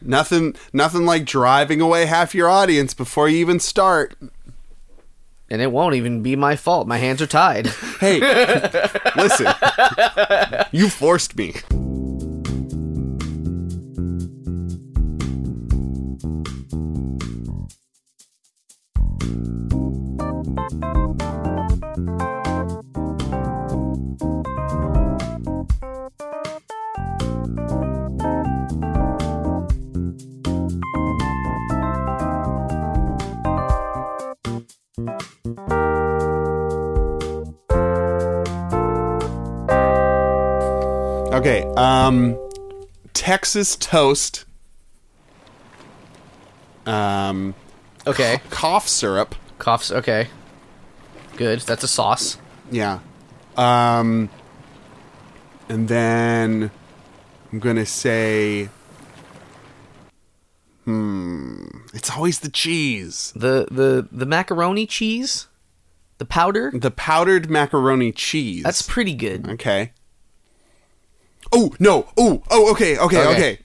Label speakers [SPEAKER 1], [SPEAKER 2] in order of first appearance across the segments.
[SPEAKER 1] Nothing, nothing like driving away half your audience before you even start.
[SPEAKER 2] And it won't even be my fault. My hands are tied.
[SPEAKER 1] Hey, listen, you forced me. Okay, um, Texas toast, um,
[SPEAKER 2] Okay.
[SPEAKER 1] cough syrup.
[SPEAKER 2] Coughs. Okay. Good. That's a sauce.
[SPEAKER 1] Yeah. Um and then I'm going to say hmm it's always the cheese.
[SPEAKER 2] The the the macaroni cheese, the powder.
[SPEAKER 1] The powdered macaroni cheese.
[SPEAKER 2] That's pretty good.
[SPEAKER 1] Okay. Oh, no. Oh, oh, okay. Okay, okay.
[SPEAKER 2] Okay.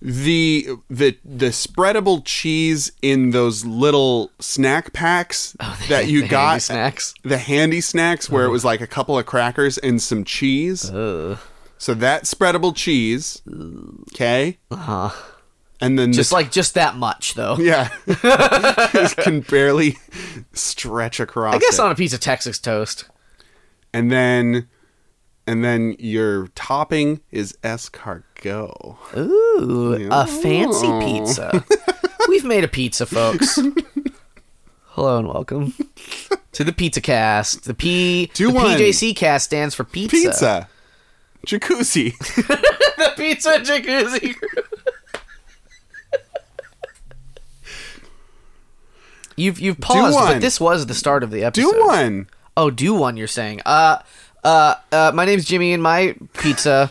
[SPEAKER 1] The the the spreadable cheese in those little snack packs that you
[SPEAKER 2] Oh, The handy Uh-huh.
[SPEAKER 1] got
[SPEAKER 2] snacks.
[SPEAKER 1] the handy snacks where it was like a couple of crackers and some cheese. So that spreadable cheese. Okay.
[SPEAKER 2] Uh-huh.
[SPEAKER 1] And then
[SPEAKER 2] Just
[SPEAKER 1] this,
[SPEAKER 2] like just that much though.
[SPEAKER 1] yeah, Just can barely stretch across.
[SPEAKER 2] I guess
[SPEAKER 1] it.
[SPEAKER 2] on a piece of Texas toast.
[SPEAKER 1] and then and then your topping is escargot.
[SPEAKER 2] Ooh, a fancy pizza. We've made a pizza, folks. Hello and welcome to the Pizza Cast. The P
[SPEAKER 1] Do
[SPEAKER 2] the
[SPEAKER 1] one.
[SPEAKER 2] PJC Cast stands for pizza.
[SPEAKER 1] Pizza. Jacuzzi.
[SPEAKER 2] the pizza jacuzzi. you've you've paused,
[SPEAKER 1] one.
[SPEAKER 2] but this was the start of the
[SPEAKER 1] Do
[SPEAKER 2] episode.
[SPEAKER 1] one.
[SPEAKER 2] Oh, do one. You're saying. Uh, uh, uh. My name's Jimmy, and my pizza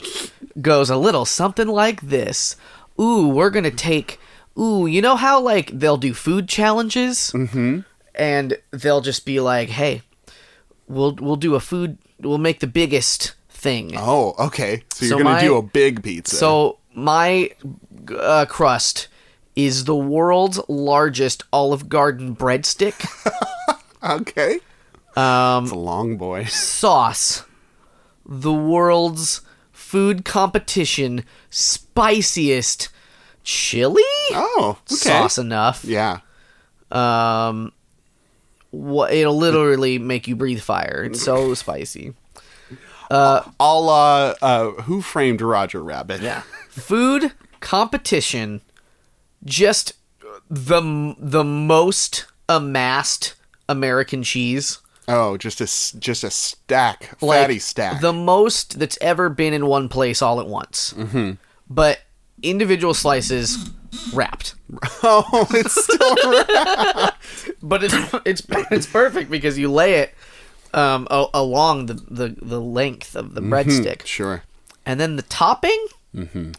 [SPEAKER 2] goes a little something like this. Ooh, we're gonna take. Ooh, you know how like they'll do food challenges, mm-hmm. and they'll just be like, "Hey, we'll we'll do a food. We'll make the biggest thing."
[SPEAKER 1] Oh, okay. So you're
[SPEAKER 2] So
[SPEAKER 1] gonna
[SPEAKER 2] my-
[SPEAKER 1] do a big pizza.
[SPEAKER 2] So my uh, crust is the world's largest Olive Garden breadstick
[SPEAKER 1] okay. Um, it's a long boy.
[SPEAKER 2] sauce. The world's food competition spiciest chili
[SPEAKER 1] Oh, okay.
[SPEAKER 2] sauce enough.
[SPEAKER 1] Yeah.
[SPEAKER 2] Um, wha- it'll literally make you breathe fire. It's so spicy.
[SPEAKER 1] a la uh, Who Framed Roger Rabbit.
[SPEAKER 2] Yeah. Food competition, just the the most amassed American cheese.
[SPEAKER 1] Oh, just a s- just a stack,
[SPEAKER 2] Like,
[SPEAKER 1] fatty stack.
[SPEAKER 2] The most that's ever been in one place all at once. Mm-hmm. But individual slices wrapped.
[SPEAKER 1] oh, it's still
[SPEAKER 2] But it's it's it's perfect because you lay it um, a- along the, the the length of
[SPEAKER 1] Mm-hmm.
[SPEAKER 2] the breadstick.
[SPEAKER 1] sure.
[SPEAKER 2] And then the topping?
[SPEAKER 1] Mm-hmm.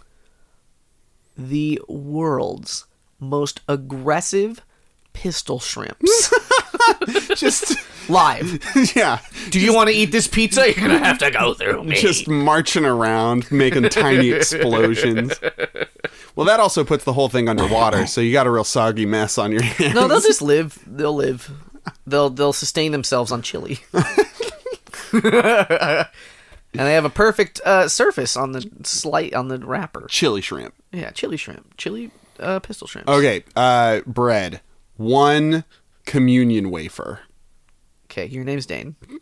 [SPEAKER 2] The world's most aggressive pistol shrimps.
[SPEAKER 1] Just
[SPEAKER 2] Live.
[SPEAKER 1] yeah,
[SPEAKER 2] Do you want to eat this pizza? You're going to have to go through me.
[SPEAKER 1] just marching around, making tiny explosions. Well, that also puts the whole thing underwater, so you got a real soggy mess on your hands.
[SPEAKER 2] no, they'll just live. They'll live. They'll they'll sustain themselves on chili. and they have a perfect uh, surface on the slight on the wrapper.
[SPEAKER 1] Chili shrimp.
[SPEAKER 2] Yeah, chili shrimp, chili uh, pistol shrimp.
[SPEAKER 1] Okay, uh, bread. One communion wafer.
[SPEAKER 2] Okay, your name's Dane.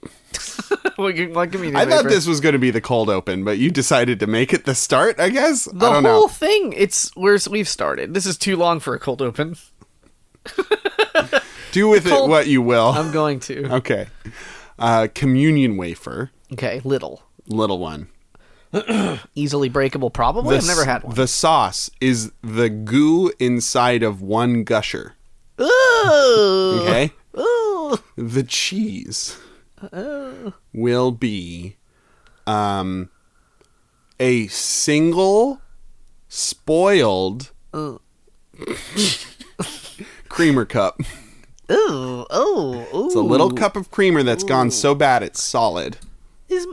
[SPEAKER 2] Well, give- well, give me your
[SPEAKER 1] I
[SPEAKER 2] name
[SPEAKER 1] thought
[SPEAKER 2] paper.
[SPEAKER 1] this was going to be the cold open, but you decided to make it the start. I guess
[SPEAKER 2] the
[SPEAKER 1] I
[SPEAKER 2] whole
[SPEAKER 1] don't know.
[SPEAKER 2] thing. It's we're, we've started. This is too long for a cold open.
[SPEAKER 1] Do with it
[SPEAKER 2] cold- Um,
[SPEAKER 1] what you will.
[SPEAKER 2] I'm going to.
[SPEAKER 1] Okay. Uh, communion wafer,
[SPEAKER 2] Okay, little,
[SPEAKER 1] little one.
[SPEAKER 2] easily breakable. Probably. I've never had one.
[SPEAKER 1] The sauce is the goo inside of one gusher.
[SPEAKER 2] Ooh.
[SPEAKER 1] Okay.
[SPEAKER 2] Ooh.
[SPEAKER 1] the cheese will be um, a single spoiled creamer cup.
[SPEAKER 2] Ooh. Ooh. Ooh.
[SPEAKER 1] It's a little cup of creamer that's gone so bad it's solid.
[SPEAKER 2] is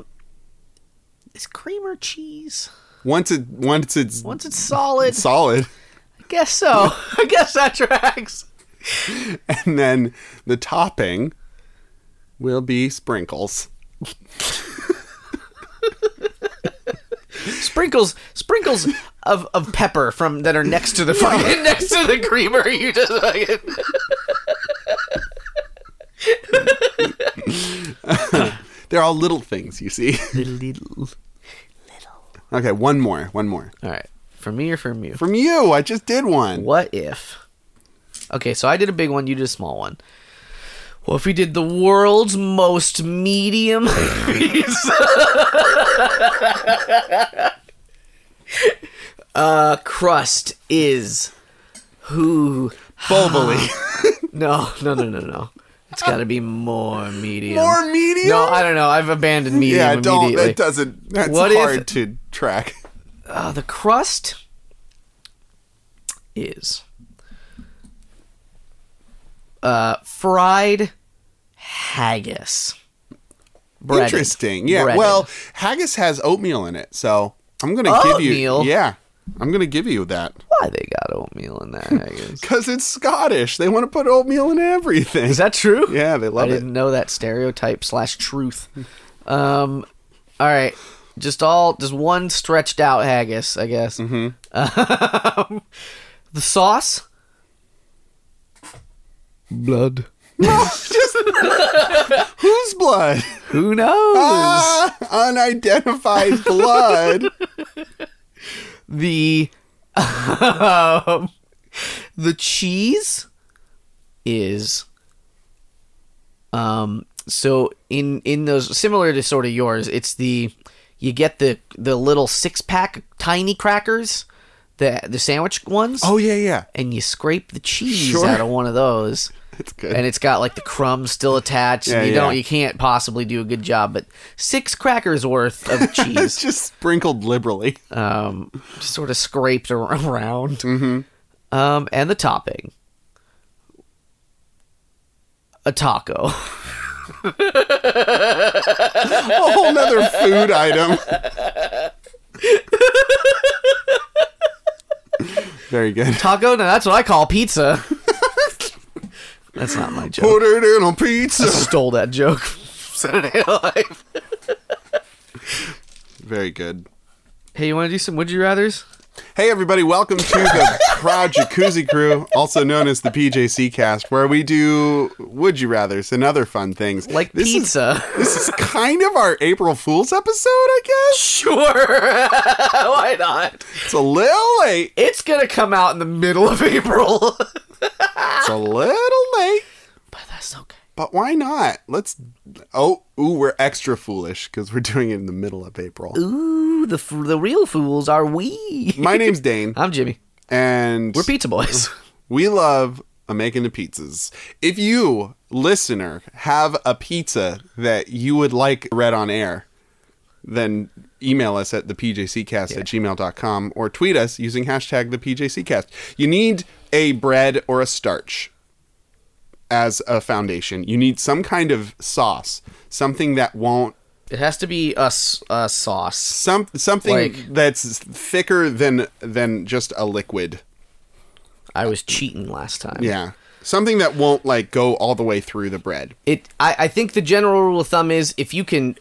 [SPEAKER 2] is creamer cheese
[SPEAKER 1] Once it once it's
[SPEAKER 2] once it's solid
[SPEAKER 1] solid,
[SPEAKER 2] Guess so. I guess that tracks.
[SPEAKER 1] and then the topping will be sprinkles.
[SPEAKER 2] Sprinkles, sprinkles of, of pepper from that are next to the fucking next to the creamer. You just fucking.
[SPEAKER 1] They're all little things, you see. okay, one more, one more.
[SPEAKER 2] All right, for me or from you?
[SPEAKER 1] From you, I just did one.
[SPEAKER 2] What if? Okay, so I did a big one, you did a small one. Well, if we did the world's most medium pizza, uh, crust is who?
[SPEAKER 1] Bulbily.
[SPEAKER 2] No, no, no, no, no. It's got to be more medium.
[SPEAKER 1] More medium?
[SPEAKER 2] No, I don't know. I've abandoned medium
[SPEAKER 1] yeah, don't.
[SPEAKER 2] immediately.
[SPEAKER 1] That doesn't. That's
[SPEAKER 2] What if-
[SPEAKER 1] hard to track.
[SPEAKER 2] uh, the crust is uh, fried haggis. Breaded.
[SPEAKER 1] Interesting. Yeah.
[SPEAKER 2] Breaded.
[SPEAKER 1] Well, haggis has oatmeal in it, so I'm gonna give you.
[SPEAKER 2] Oatmeal?
[SPEAKER 1] Yeah, I'm gonna give you that
[SPEAKER 2] why they got oatmeal in that haggis?
[SPEAKER 1] because it's Scottish. They want to put oatmeal in everything.
[SPEAKER 2] is that true?
[SPEAKER 1] yeah, they
[SPEAKER 2] I
[SPEAKER 1] love it.
[SPEAKER 2] didn't know that stereotype slash truth. Um, all right, just all just one stretched out haggis, I guess. Mm-hmm. the sauce, blood.
[SPEAKER 1] Whose blood?
[SPEAKER 2] Who knows?
[SPEAKER 1] Ah, unidentified blood.
[SPEAKER 2] the um, the cheese is um so in in those similar to sort of yours it's the you get the the little six pack tiny crackers the the sandwich ones
[SPEAKER 1] Oh yeah, yeah.
[SPEAKER 2] and you scrape the cheese
[SPEAKER 1] Sure.
[SPEAKER 2] out of one of those
[SPEAKER 1] That's good.
[SPEAKER 2] and it's got like the crumbs still attached
[SPEAKER 1] Yeah,
[SPEAKER 2] and you
[SPEAKER 1] yeah.
[SPEAKER 2] don't you can't possibly do a good job but six crackers worth of cheese
[SPEAKER 1] it's just sprinkled liberally.
[SPEAKER 2] um, just sort of scraped ar- around.
[SPEAKER 1] Mm-hmm.
[SPEAKER 2] Um, and the topping, a taco.
[SPEAKER 1] A whole nother food item. Very good.
[SPEAKER 2] taco? No, that's what I call pizza. that's not my joke.
[SPEAKER 1] Put it in a pizza.
[SPEAKER 2] I stole that joke. from Saturday Night Live.
[SPEAKER 1] Very good.
[SPEAKER 2] Hey, you want to do some would you rather's?
[SPEAKER 1] Hey, everybody, welcome to the Prod Jacuzzi Crew, also known as the PJC Cast, where we do Would You Rathers and other fun things.
[SPEAKER 2] Like
[SPEAKER 1] this
[SPEAKER 2] pizza.
[SPEAKER 1] Is, this is kind of our April Fool's episode, I guess.
[SPEAKER 2] Sure. Why not?
[SPEAKER 1] It's a little late.
[SPEAKER 2] It's gonna come out in the middle of April.
[SPEAKER 1] It's a little late,
[SPEAKER 2] but that's okay.
[SPEAKER 1] but why not? Let's. Oh, ooh, we're extra foolish because we're doing it in the middle of April.
[SPEAKER 2] Ooh, the f- the real fools are we.
[SPEAKER 1] My name's Dane,
[SPEAKER 2] I'm Jimmy.
[SPEAKER 1] and
[SPEAKER 2] We're pizza boys.
[SPEAKER 1] We love a making the pizzas. If you, listener, have a pizza that you would like read on air, then email us at thepjccast at gmail.com or tweet us using hashtag thepjccast. You need a bread or a starch as a foundation. You need some kind of sauce, something that won't
[SPEAKER 2] It has to be a, s- a sauce.
[SPEAKER 1] some something
[SPEAKER 2] Like-
[SPEAKER 1] that's thicker than than just a liquid.
[SPEAKER 2] I was cheating last time.
[SPEAKER 1] Yeah. Something that won't like go all the way through the bread.
[SPEAKER 2] It. I, I think the general rule of thumb is if you can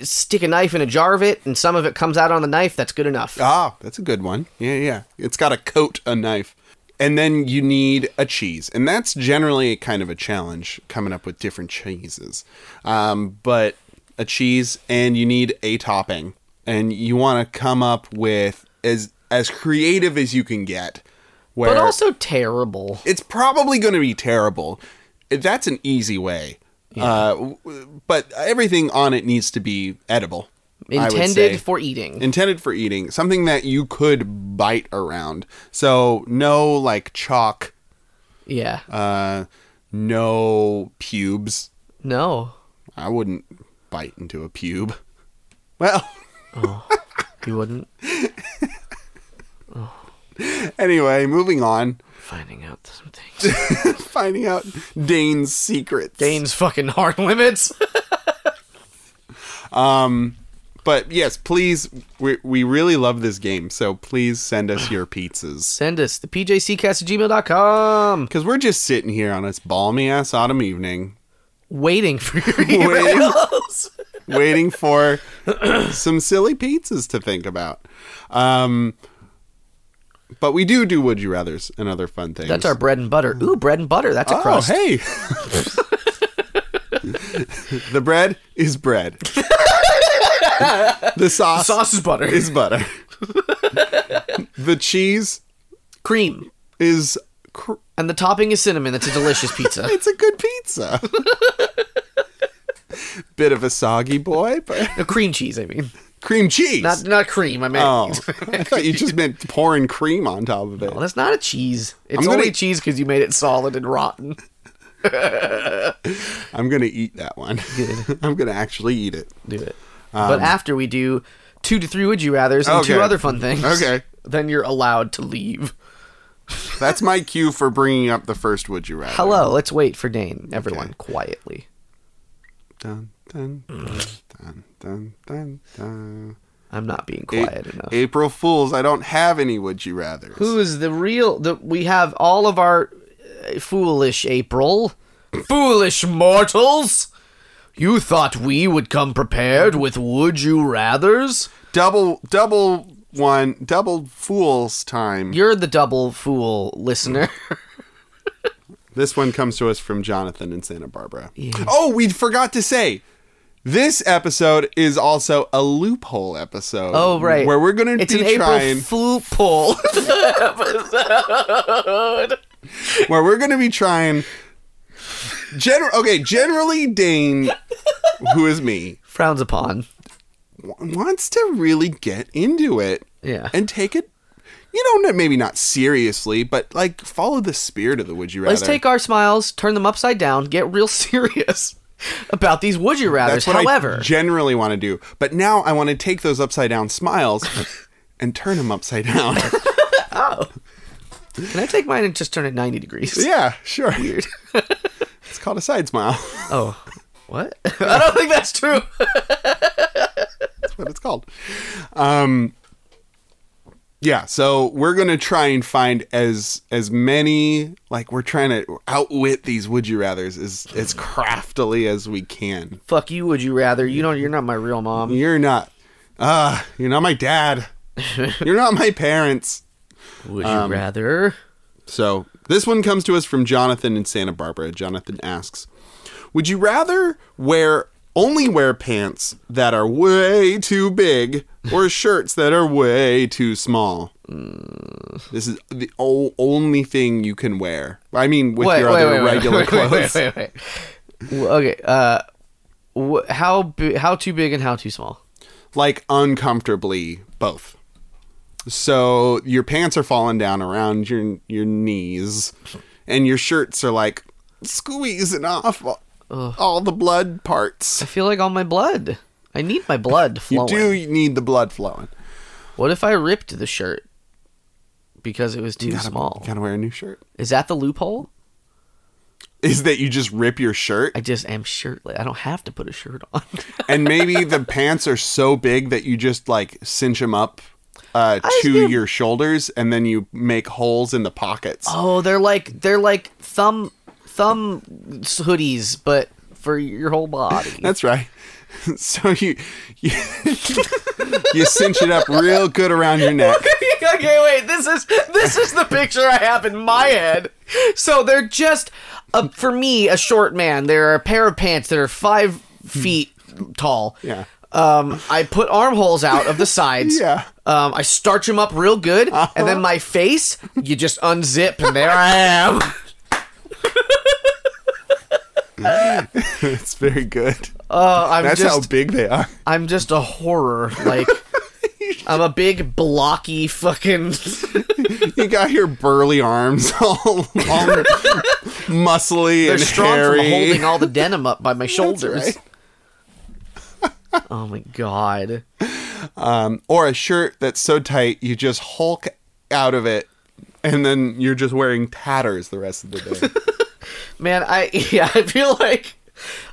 [SPEAKER 2] stick a knife in a jar of it and some of it comes out on the knife, that's good enough.
[SPEAKER 1] Ah, that's a good one. Yeah, yeah. It's got to coat a knife. And then you need a cheese. And that's generally kind of a challenge coming up with different cheeses. Um, but a cheese and you need a topping. And you want to come up with as as creative as you can get. Where
[SPEAKER 2] but also terrible.
[SPEAKER 1] it's probably going to be terrible. That's an easy way. Uh, w- w- but everything on it needs to be edible. I would say
[SPEAKER 2] Intended for eating.
[SPEAKER 1] intended for eating, something that you could bite around. So no like chalk,
[SPEAKER 2] yeah.
[SPEAKER 1] uh, no pubes.
[SPEAKER 2] no.
[SPEAKER 1] I wouldn't bite into a pube. Well,
[SPEAKER 2] You wouldn't.
[SPEAKER 1] anyway, moving on.
[SPEAKER 2] Finding out some things.
[SPEAKER 1] Finding out Dane's secrets.
[SPEAKER 2] Dane's fucking hard limits.
[SPEAKER 1] But yes, please, we, we really love this game, so please send us your pizzas.
[SPEAKER 2] Send us the pjccast at gmail.com.
[SPEAKER 1] Because we're just sitting here on this balmy ass autumn evening,
[SPEAKER 2] Waiting for your
[SPEAKER 1] Waiting.
[SPEAKER 2] emails.
[SPEAKER 1] waiting for some silly pizzas to think about. Um, but we do do Would You Rathers and other fun things.
[SPEAKER 2] That's our bread and butter. Ooh, bread and butter. That's a
[SPEAKER 1] Oh,
[SPEAKER 2] crust.
[SPEAKER 1] hey. the bread is bread. the sauce,
[SPEAKER 2] Sauce is butter.
[SPEAKER 1] is butter. the cheese
[SPEAKER 2] cream.
[SPEAKER 1] is cr-
[SPEAKER 2] And the topping is cinnamon. That's a delicious pizza.
[SPEAKER 1] it's a good pizza. Bit of a soggy boy, but
[SPEAKER 2] no, cream cheese, I mean.
[SPEAKER 1] cream cheese.
[SPEAKER 2] Not not cream, I mean.
[SPEAKER 1] oh, I thought you just meant pouring cream on top of it.
[SPEAKER 2] Well, that's not a cheese. It's
[SPEAKER 1] I'm gonna-
[SPEAKER 2] only cheese because you made it solid and rotten.
[SPEAKER 1] I'm gonna eat that one. I'm gonna actually eat it. Um,
[SPEAKER 2] Do it. but after we do two to three would you rather's and two
[SPEAKER 1] Okay.
[SPEAKER 2] other fun things,
[SPEAKER 1] Okay.
[SPEAKER 2] then you're allowed to leave.
[SPEAKER 1] That's my cue for bringing up the first Would You Rather.
[SPEAKER 2] Hello, let's wait for Dane. Everyone, quietly.
[SPEAKER 1] Dun, dun, dun, dun, dun, dun.
[SPEAKER 2] I'm not being quiet
[SPEAKER 1] A-
[SPEAKER 2] enough.
[SPEAKER 1] April Fools, I don't have any Would You Rathers.
[SPEAKER 2] Who is the real? The, we have all of our uh, foolish April, foolish mortals. You thought we would come prepared with would you rather's?
[SPEAKER 1] Double, double one, double fools time.
[SPEAKER 2] You're the double fool listener.
[SPEAKER 1] This one comes to us from Jonathan in Santa Barbara. Oh, we forgot to say. This episode is also a loophole episode.
[SPEAKER 2] Oh right,
[SPEAKER 1] Where we're going to
[SPEAKER 2] it's
[SPEAKER 1] be
[SPEAKER 2] an April
[SPEAKER 1] trying
[SPEAKER 2] Fool poll.
[SPEAKER 1] where we're going to be trying general Okay, generally Dane who is me
[SPEAKER 2] frowns upon.
[SPEAKER 1] w- wants to really get into it
[SPEAKER 2] Yeah.
[SPEAKER 1] and take it you know, n- maybe not seriously, but like follow the spirit of the would you rather.
[SPEAKER 2] Let's take our smiles, turn them upside down, get real serious about these would you rather's.
[SPEAKER 1] That's what
[SPEAKER 2] However,
[SPEAKER 1] I generally want to do. But now I want to take those upside down smiles and turn them upside down.
[SPEAKER 2] can I take mine and just turn it ninety degrees?
[SPEAKER 1] yeah, sure. it's called a side smile.
[SPEAKER 2] Oh, what? I don't think that's true.
[SPEAKER 1] That's what it's called. Um, yeah, so we're gonna try and find as as many like we're trying to outwit these would you rather's as as craftily as we can.
[SPEAKER 2] Fuck you. Would you rather? You know, you're not my real mom.
[SPEAKER 1] You're not, uh, you're not my dad. You're not my parents.
[SPEAKER 2] Would you rather?
[SPEAKER 1] So this one comes to us from Jonathan in Santa Barbara. Jonathan asks, "Would you rather wear only wear pants that are way too big or shirts that are way too small?"
[SPEAKER 2] Mm.
[SPEAKER 1] This is the o- only thing you can wear. I mean, with your other regular clothes.
[SPEAKER 2] wait, wait, wait. W- Okay. Uh, wh- how bi- how too big and how too small?
[SPEAKER 1] like uncomfortably both. So your pants are falling down around your your knees, and your shirts are like squeezing off all, all the blood parts.
[SPEAKER 2] I feel like all my blood. I need my blood
[SPEAKER 1] You
[SPEAKER 2] flowing.
[SPEAKER 1] do need the blood flowing.
[SPEAKER 2] What if I ripped the shirt because it was too small?
[SPEAKER 1] Gotta wear a new shirt.
[SPEAKER 2] Is that the loophole?
[SPEAKER 1] Is that you just rip your shirt
[SPEAKER 2] I just am shirtless. I don't have to put a shirt on.
[SPEAKER 1] and maybe the pants are so big that you just like cinch them up uh,
[SPEAKER 2] was
[SPEAKER 1] to
[SPEAKER 2] gonna-
[SPEAKER 1] your shoulders and then you make holes in the pockets.
[SPEAKER 2] oh, they're like they're like thumb thumb hoodies, but for your whole body.
[SPEAKER 1] That's right. So you you, you cinch it up real good around your neck.
[SPEAKER 2] okay, wait. This is this is the picture I have in my head. So they're just uh, for me a short man. They're a pair of pants that are five feet tall.
[SPEAKER 1] Hmm. Yeah.
[SPEAKER 2] Um, I put armholes out of the sides.
[SPEAKER 1] Yeah. Uh-huh.
[SPEAKER 2] Um, I starch them up real good, and then my face you just unzip, and there I am.
[SPEAKER 1] It's very good.
[SPEAKER 2] Uh, I'm
[SPEAKER 1] That's
[SPEAKER 2] just
[SPEAKER 1] how big they are.
[SPEAKER 2] I'm just a horror. Like I'm a big blocky fucking.
[SPEAKER 1] You got your burly arms all, all muscly
[SPEAKER 2] They're
[SPEAKER 1] and
[SPEAKER 2] strong
[SPEAKER 1] hairy.
[SPEAKER 2] from holding all the denim up by my shoulders.
[SPEAKER 1] right.
[SPEAKER 2] oh my god.
[SPEAKER 1] Um, or a shirt that's so tight you just hulk out of it, and then you're just wearing tatters the rest of the day.
[SPEAKER 2] Man, I yeah, I feel like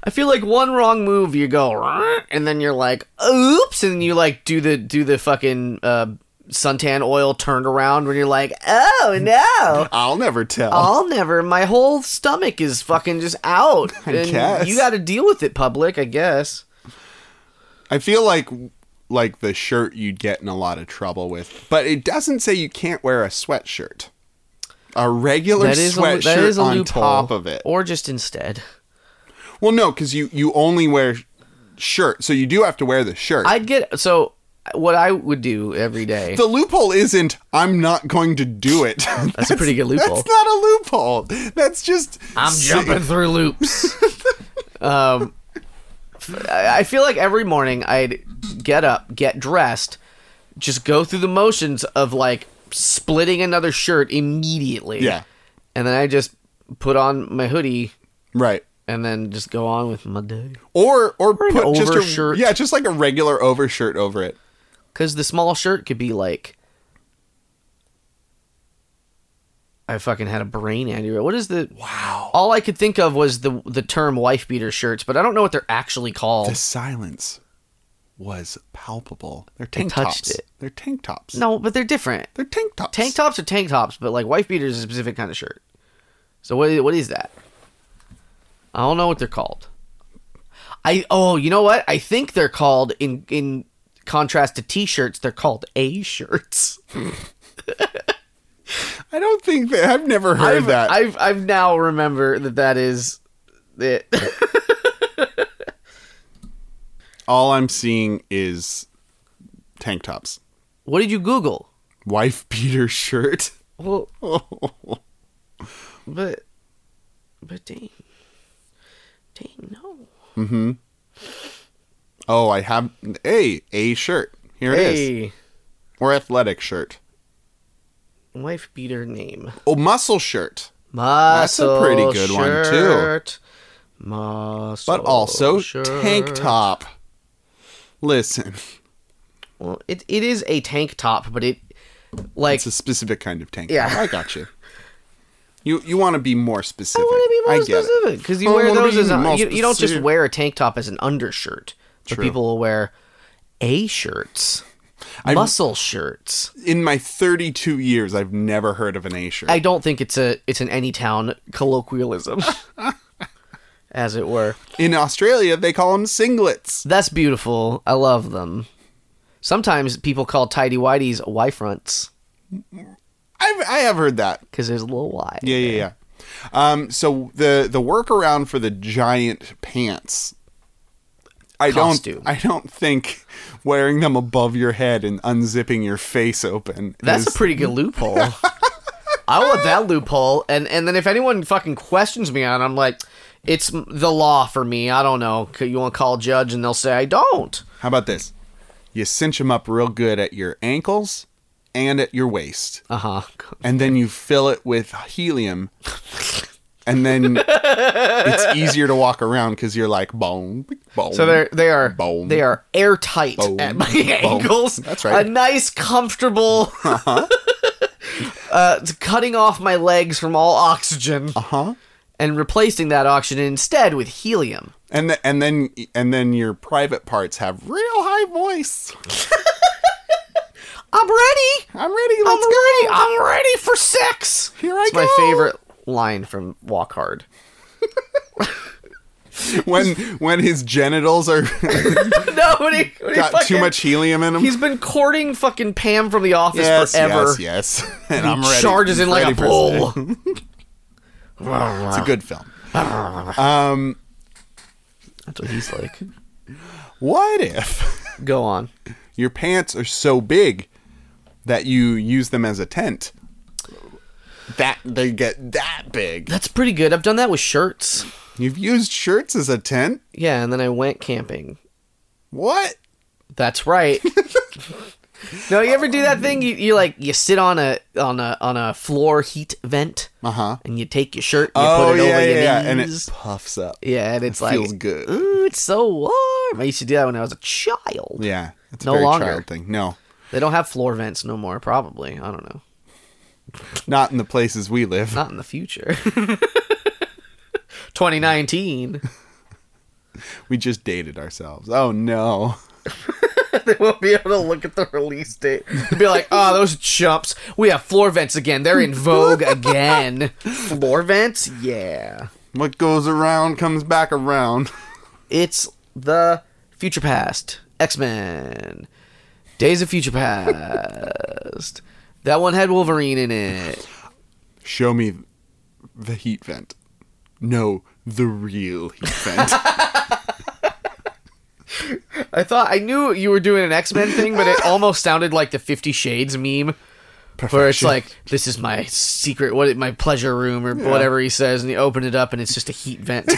[SPEAKER 2] I feel like one wrong move, you go, "Rrrr," and then you're like, oops, and you like do the do the fucking uh, suntan oil turned around when you're like, oh no,
[SPEAKER 1] I'll never tell.
[SPEAKER 2] I'll never. My whole stomach is fucking just out.
[SPEAKER 1] I
[SPEAKER 2] and
[SPEAKER 1] guess.
[SPEAKER 2] you got to deal with it, public. I guess.
[SPEAKER 1] I feel like like the shirt you'd get in a lot of trouble with, but it doesn't say you can't wear a sweatshirt. A regular
[SPEAKER 2] That is a,
[SPEAKER 1] sweatshirt
[SPEAKER 2] that is a
[SPEAKER 1] on
[SPEAKER 2] loophole.
[SPEAKER 1] top of it.
[SPEAKER 2] or just instead.
[SPEAKER 1] Well, no, because you you only wear shirt, so you do have to wear the shirt.
[SPEAKER 2] I'd get so. What I would do every day.
[SPEAKER 1] the loophole isn't I'm not going to do it.
[SPEAKER 2] that's a pretty good loophole.
[SPEAKER 1] That's not a loophole. That's just
[SPEAKER 2] I'm
[SPEAKER 1] si-
[SPEAKER 2] jumping through loops. um, f- I I feel like every morning I'd get up, get dressed, just go through the motions of like splitting another shirt immediately.
[SPEAKER 1] Yeah.
[SPEAKER 2] And then I just put on my hoodie
[SPEAKER 1] Right.
[SPEAKER 2] and then just go on with my day.
[SPEAKER 1] Or or
[SPEAKER 2] an
[SPEAKER 1] put just a
[SPEAKER 2] overshirt.
[SPEAKER 1] yeah, just like a regular overshirt over it.
[SPEAKER 2] Because the small shirt could be like. I fucking had a brain aneurysm. What is the.
[SPEAKER 1] Wow.
[SPEAKER 2] All I could think of was the the term wife beater shirts, but I don't know what they're actually called.
[SPEAKER 1] The silence was palpable. They're tank
[SPEAKER 2] touched
[SPEAKER 1] tops.
[SPEAKER 2] it.
[SPEAKER 1] They're tank tops.
[SPEAKER 2] No, but they're different.
[SPEAKER 1] They're tank tops.
[SPEAKER 2] Tank tops are tank tops, but like wife beaters is a specific kind of shirt. So what is, what is that? I don't know what they're called. I oh, you know what? I think they're called in in contrast to t-shirts, they're called A shirts.
[SPEAKER 1] I don't think that I've never heard
[SPEAKER 2] I've,
[SPEAKER 1] that.
[SPEAKER 2] I've I've now remember that that is it.
[SPEAKER 1] All I'm seeing is tank tops.
[SPEAKER 2] what did you Google?
[SPEAKER 1] Wife beater shirt. Oh,
[SPEAKER 2] Well, but but dang, dang no.
[SPEAKER 1] Oh, I have a a shirt. Here it is.
[SPEAKER 2] Hey,
[SPEAKER 1] Or athletic shirt.
[SPEAKER 2] wife beater name.
[SPEAKER 1] Oh, muscle shirt.
[SPEAKER 2] Muscle
[SPEAKER 1] a pretty good one, too.
[SPEAKER 2] shirt. Muscle,
[SPEAKER 1] But also tank
[SPEAKER 2] shirt.
[SPEAKER 1] top. Listen,
[SPEAKER 2] Well, it it is a tank top, but it like
[SPEAKER 1] it's a specific kind of tank.
[SPEAKER 2] Yeah.
[SPEAKER 1] top. I got you. You you want to be more specific.
[SPEAKER 2] I want to be
[SPEAKER 1] get
[SPEAKER 2] more
[SPEAKER 1] it.
[SPEAKER 2] specific because you
[SPEAKER 1] I
[SPEAKER 2] wear
[SPEAKER 1] wanna
[SPEAKER 2] those
[SPEAKER 1] be
[SPEAKER 2] as a,
[SPEAKER 1] more
[SPEAKER 2] you, you don't just
[SPEAKER 1] specific.
[SPEAKER 2] wear a tank top as an undershirt. But
[SPEAKER 1] True.
[SPEAKER 2] people will wear a shirts, muscle shirts.
[SPEAKER 1] In my 32 years, I've never heard of an A shirt.
[SPEAKER 2] I don't think it's a it's an any town colloquialism, as it were.
[SPEAKER 1] In Australia, they call them singlets.
[SPEAKER 2] That's beautiful. I love them. Sometimes people call tidy whities Y fronts
[SPEAKER 1] I've, I have heard that.
[SPEAKER 2] because there's a little Y.
[SPEAKER 1] Yeah, yeah, yeah. Um, so the the workaround for the giant pants, I
[SPEAKER 2] Costume.
[SPEAKER 1] don't, I don't think wearing them above your head and unzipping your face open.
[SPEAKER 2] That's
[SPEAKER 1] is,
[SPEAKER 2] a pretty good loophole. I want that loophole, and and then if anyone fucking questions me on, it, I'm like, it's m- the law for me. I don't know. C- You want to call a judge, and they'll say I don't.
[SPEAKER 1] how about this? You cinch them up real good at your ankles and at your waist,
[SPEAKER 2] Uh huh.
[SPEAKER 1] and then you fill it with helium. And then it's easier to walk around because you're like bone, bone.
[SPEAKER 2] So they're they are
[SPEAKER 1] Bone.
[SPEAKER 2] they are airtight
[SPEAKER 1] Bone.
[SPEAKER 2] at my
[SPEAKER 1] Bone.
[SPEAKER 2] ankles.
[SPEAKER 1] That's right. Uh-huh.
[SPEAKER 2] A nice, comfortable. uh it's cutting off my legs from all oxygen
[SPEAKER 1] huh?
[SPEAKER 2] and replacing that oxygen instead with helium.
[SPEAKER 1] And the, and then and then your private parts have real high voice.
[SPEAKER 2] I'm ready.
[SPEAKER 1] I'm ready.
[SPEAKER 2] I'm
[SPEAKER 1] Let's go.
[SPEAKER 2] ready. I'm ready for sex.
[SPEAKER 1] Here I
[SPEAKER 2] it's
[SPEAKER 1] go.
[SPEAKER 2] my favorite line from Walk Hard.
[SPEAKER 1] When when his genitals are
[SPEAKER 2] no, when he, when he
[SPEAKER 1] got
[SPEAKER 2] fucking,
[SPEAKER 1] too much helium in them.
[SPEAKER 2] He's been courting fucking Pam from the office
[SPEAKER 1] yes,
[SPEAKER 2] forever.
[SPEAKER 1] yes, yes. And I'm ready.
[SPEAKER 2] Charges in like a
[SPEAKER 1] Ready for
[SPEAKER 2] bull.
[SPEAKER 1] It's a
[SPEAKER 2] That's
[SPEAKER 1] good film.
[SPEAKER 2] what he's like.
[SPEAKER 1] What if
[SPEAKER 2] Go on.
[SPEAKER 1] your pants are so big that you use them as a tent? That they get that big.
[SPEAKER 2] That's pretty good. I've done that with shirts.
[SPEAKER 1] You've used shirts as a tent.
[SPEAKER 2] Yeah, and then I went camping.
[SPEAKER 1] What?
[SPEAKER 2] That's right. no, you ever do that thing? You, you like you sit on a on a on a floor heat vent,
[SPEAKER 1] Uh huh.
[SPEAKER 2] and you take your shirt, and you
[SPEAKER 1] Oh
[SPEAKER 2] put it
[SPEAKER 1] yeah,
[SPEAKER 2] over
[SPEAKER 1] yeah,
[SPEAKER 2] your
[SPEAKER 1] yeah.
[SPEAKER 2] knees,
[SPEAKER 1] And it puffs up.
[SPEAKER 2] yeah, and it's like
[SPEAKER 1] feels good.
[SPEAKER 2] Ooh, it's so warm. I used to do that when I was a child.
[SPEAKER 1] Yeah, it's a
[SPEAKER 2] No
[SPEAKER 1] very
[SPEAKER 2] longer.
[SPEAKER 1] child thing. No,
[SPEAKER 2] They don't have floor vents no more, probably. I don't know.
[SPEAKER 1] not in the places we live.
[SPEAKER 2] Not in the future. 2019.
[SPEAKER 1] We just dated ourselves. Oh no.
[SPEAKER 2] they won't be able to look at the release date and be like, oh, those chumps. We have floor vents again. They're in vogue again. floor vents? Yeah.
[SPEAKER 1] What goes around comes back around.
[SPEAKER 2] It's the future past. X Men. Days of Future Past. that one had Wolverine in it.
[SPEAKER 1] Show me the heat vent. No, the real heat vent.
[SPEAKER 2] I thought I knew you were doing an X Men thing, but it almost sounded like the Fifty Shades meme, where it's
[SPEAKER 1] Perfection.
[SPEAKER 2] like, "This is my secret, what my pleasure room, or whatever he says," and you open it up, and it's just a heat vent.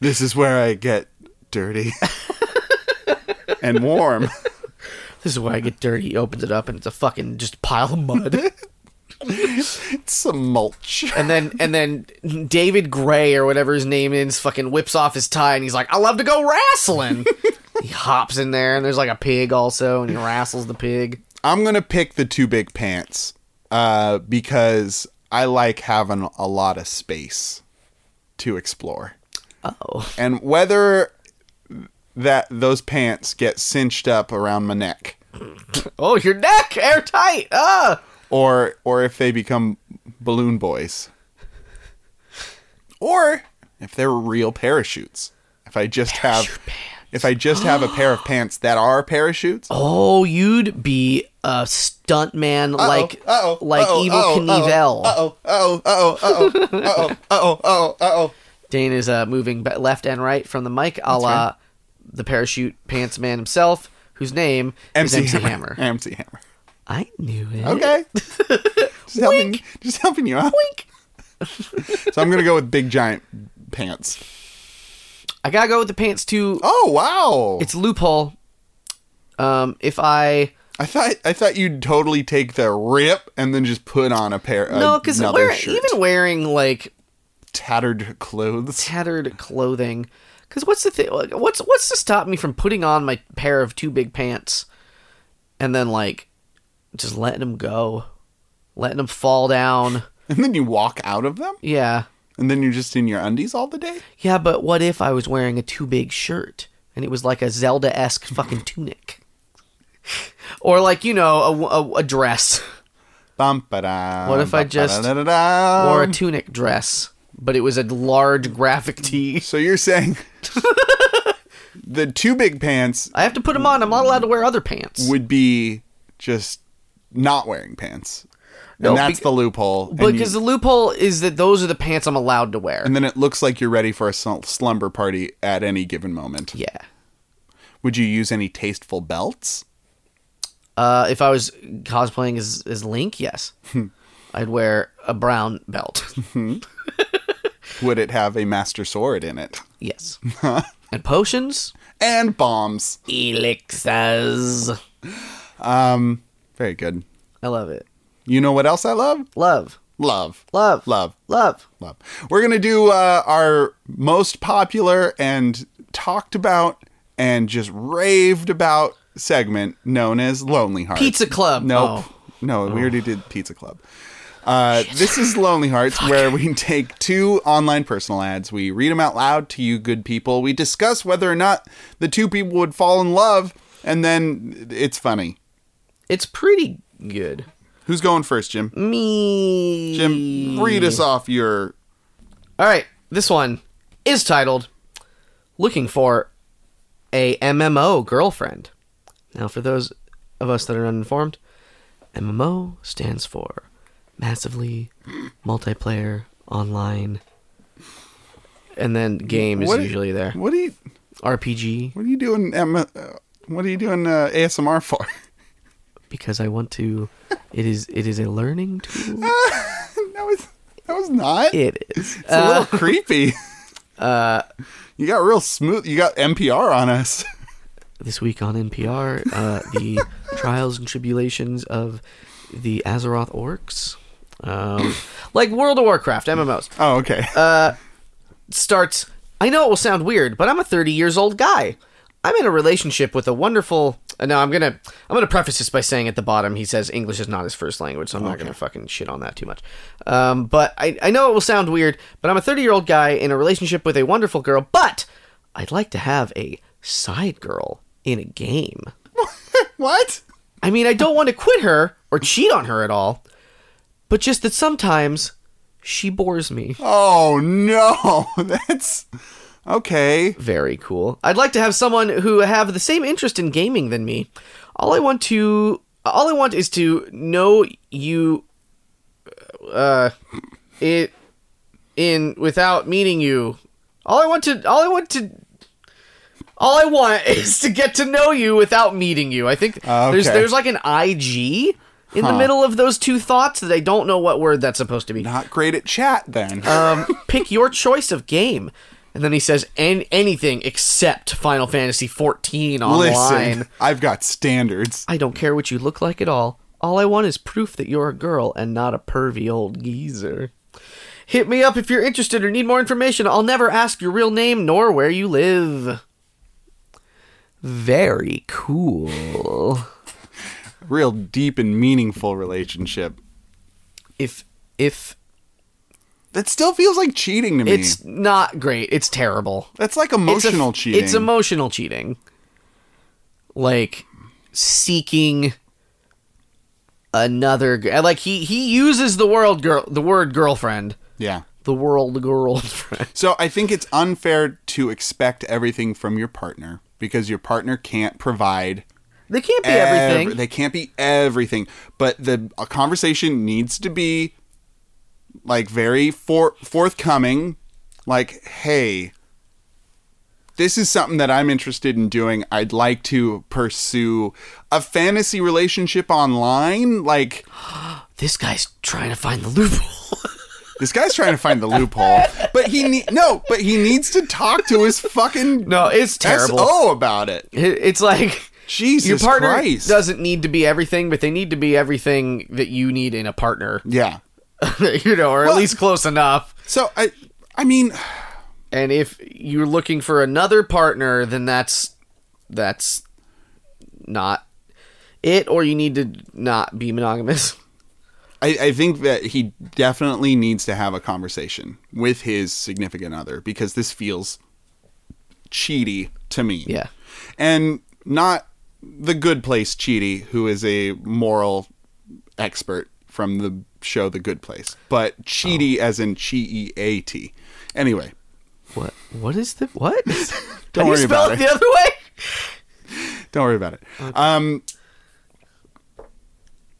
[SPEAKER 1] this is where I get dirty and warm.
[SPEAKER 2] this is where I get dirty. He opens it up, and it's a fucking just pile of mud.
[SPEAKER 1] It's some mulch.
[SPEAKER 2] and then and then David Gray or whatever his name is, fucking whips off his tie, and he's like, "I love to go wrestling." he hops in there, and there's like a pig also, and he wrestles the pig.
[SPEAKER 1] I'm gonna pick the two big pants uh, because I like having a lot of space to explore,
[SPEAKER 2] Oh,
[SPEAKER 1] and whether that those pants get cinched up around my neck
[SPEAKER 2] oh, your neck airtight. Ah.
[SPEAKER 1] or or if they become balloon boys or if they're real parachutes if i just have if i just have a pair of pants that are parachutes
[SPEAKER 2] Oh, you'd be a stuntman like
[SPEAKER 1] uh-oh,
[SPEAKER 2] like
[SPEAKER 1] uh-oh,
[SPEAKER 2] evil
[SPEAKER 1] uh-oh,
[SPEAKER 2] Knievel.
[SPEAKER 1] uh-oh uh-oh uh-oh uh-oh uh-oh uh-oh uh-oh uh-oh
[SPEAKER 2] Dane is uh, moving ba- left and right from the mic, a la the parachute pants man himself, whose name
[SPEAKER 1] MC,
[SPEAKER 2] is MC
[SPEAKER 1] Hammer.
[SPEAKER 2] Hammer.
[SPEAKER 1] MC Hammer.
[SPEAKER 2] I knew it.
[SPEAKER 1] Okay. just helping just helping you out. so I'm going to go with big giant pants.
[SPEAKER 2] I gotta go with the pants too.
[SPEAKER 1] Oh, wow.
[SPEAKER 2] It's a loophole. Um, if I
[SPEAKER 1] I thought I thought you'd totally take the rip and then just put on a pair of
[SPEAKER 2] no, because
[SPEAKER 1] another shirt.
[SPEAKER 2] even wearing like
[SPEAKER 1] tattered clothes.
[SPEAKER 2] tattered clothing, because what's the thing? What's what's to stop me from putting on my pair of two big pants, and then like just letting them go, letting them fall down?
[SPEAKER 1] And then you walk out of them
[SPEAKER 2] Yeah,
[SPEAKER 1] and then you're just in your undies all the day?
[SPEAKER 2] yeah. But what if I was wearing a too big shirt and it was like a Zelda esque fucking tunic, or like you know a, a, a dress.
[SPEAKER 1] Bum, ba-dum,
[SPEAKER 2] What if I just or
[SPEAKER 1] ba-da-da-da-da.
[SPEAKER 2] a tunic dress, but it was a large graphic tee.
[SPEAKER 1] So you're saying the two big pants
[SPEAKER 2] I have to put them on. I'm not allowed to wear other pants.
[SPEAKER 1] would be just not wearing pants.
[SPEAKER 2] No,
[SPEAKER 1] and that's
[SPEAKER 2] bec-
[SPEAKER 1] the loophole. and you-
[SPEAKER 2] because the loophole is that those are the pants I'm allowed to wear.
[SPEAKER 1] and then it looks like you're ready for a sl- slumber party at any given moment.
[SPEAKER 2] yeah.
[SPEAKER 1] Would you use any tasteful belts?
[SPEAKER 2] Uh, if I was cosplaying as, as Link, yes.
[SPEAKER 1] Hmm.
[SPEAKER 2] I'd wear a brown belt.
[SPEAKER 1] Would it have a master sword in it?
[SPEAKER 2] yes. and potions?
[SPEAKER 1] And bombs.
[SPEAKER 2] Elixirs.
[SPEAKER 1] Very good.
[SPEAKER 2] I love it.
[SPEAKER 1] You know what else I love?
[SPEAKER 2] Love.
[SPEAKER 1] Love.
[SPEAKER 2] Love.
[SPEAKER 1] Love.
[SPEAKER 2] Love.
[SPEAKER 1] Love. We're going to do uh, our most popular and talked about and just raved about segment known as Lonely Hearts.
[SPEAKER 2] Pizza Club.
[SPEAKER 1] Nope.
[SPEAKER 2] Oh.
[SPEAKER 1] No, we already did Pizza Club. Uh, this is Lonely Hearts, where we take two online personal ads. We read them out loud to you, good people. We discuss whether or not the two people would fall in love, and then it's funny.
[SPEAKER 2] It's pretty good.
[SPEAKER 1] Who's going first, Jim?
[SPEAKER 2] Me.
[SPEAKER 1] Jim, read us off your.
[SPEAKER 2] All right, this one is titled "Looking for a MMO Girlfriend." Now, for those of us that are uninformed, MMO stands for Massively Multiplayer Online, and then game is
[SPEAKER 1] What-
[SPEAKER 2] usually there.
[SPEAKER 1] What are you?
[SPEAKER 2] RPG
[SPEAKER 1] What are you doing? Emma, uh, what are you doing uh, ASMR for?
[SPEAKER 2] because I want to. It is it is a learning tool.
[SPEAKER 1] that was that was not. It's
[SPEAKER 2] It is.
[SPEAKER 1] a little creepy.
[SPEAKER 2] uh,
[SPEAKER 1] you got real smooth. You got NPR on us.
[SPEAKER 2] this week on NPR, uh, the trials and tribulations of the Azeroth orcs, um, like World of Warcraft MMOs.
[SPEAKER 1] Oh, okay.
[SPEAKER 2] Uh, Starts. I know it will sound weird, but I'm a 30 years old guy. I'm in a relationship with a wonderful Uh, No, I'm gonna I'm gonna preface this by saying at the bottom he says English is not his first language, so I'm not gonna fucking shit on that too much. Um, but I I know it will sound weird, but I'm a 30 year old guy in a relationship with a wonderful girl, but I'd like to have a side girl in a game.
[SPEAKER 1] What?
[SPEAKER 2] I mean, I don't want to quit her or cheat on her at all, but just that sometimes she bores me.
[SPEAKER 1] Oh no, that's okay.
[SPEAKER 2] Very cool. I'd like to have someone who have the same interest in gaming than me. All I want to all I want is to know you uh it in without meeting you. All I want to all I want to all I want is to get to know you without meeting you. I think there's
[SPEAKER 1] Okay.
[SPEAKER 2] there's like an IG in the middle of those two thoughts that I don't know what word that's supposed to be
[SPEAKER 1] Not great at chat then.
[SPEAKER 2] um, pick your choice of game. And then he says, An- anything except Final Fantasy 14
[SPEAKER 1] Listen,
[SPEAKER 2] online.
[SPEAKER 1] I've got standards.
[SPEAKER 2] I don't care what you look like at all. All I want is proof that you're a girl and not a pervy old geezer. Hit me up if you're interested or need more information. I'll never ask your real name nor where you live. Very cool.
[SPEAKER 1] Real deep and meaningful relationship.
[SPEAKER 2] If if
[SPEAKER 1] That still feels like cheating to me.
[SPEAKER 2] it's not great, it's terrible.
[SPEAKER 1] that's like
[SPEAKER 2] It's a-
[SPEAKER 1] emotional cheating.
[SPEAKER 2] It's emotional cheating. Like seeking another g- like he he uses the world girl the word girlfriend,
[SPEAKER 1] yeah.
[SPEAKER 2] the world girlfriend.
[SPEAKER 1] So I think it's unfair to expect everything from your partner because your partner can't provide
[SPEAKER 2] They can't be
[SPEAKER 1] ev-
[SPEAKER 2] everything.
[SPEAKER 1] They can't be everything, but the a conversation needs to be like very for- forthcoming. Like, hey, this is something that I'm interested in doing. I'd like to pursue a fantasy relationship online. Like,
[SPEAKER 2] This guy's trying to find the loophole.
[SPEAKER 1] this guy's trying to find the loophole, but he ne- no, but he needs to talk to his fucking
[SPEAKER 2] no, it's terrible.
[SPEAKER 1] SO about it.
[SPEAKER 2] It- it's like
[SPEAKER 1] Jesus
[SPEAKER 2] your partner
[SPEAKER 1] Christ.
[SPEAKER 2] doesn't need to be everything, but they need to be everything that you need in a partner.
[SPEAKER 1] yeah.
[SPEAKER 2] you know, or at least close enough.
[SPEAKER 1] So I I mean
[SPEAKER 2] and if you're looking for another partner then that's that's not it or you need to not be monogamous
[SPEAKER 1] I, I think that he definitely needs to have a conversation with his significant other because this feels cheaty to me.
[SPEAKER 2] yeah
[SPEAKER 1] And not the good place cheaty, who is a moral expert from the show The Good Place, but cheaty
[SPEAKER 2] Oh.
[SPEAKER 1] as in C E A T. Anyway,
[SPEAKER 2] what what is the what
[SPEAKER 1] Don't
[SPEAKER 2] How do
[SPEAKER 1] worry
[SPEAKER 2] you spell
[SPEAKER 1] about
[SPEAKER 2] it the other way
[SPEAKER 1] Don't worry about it. Um,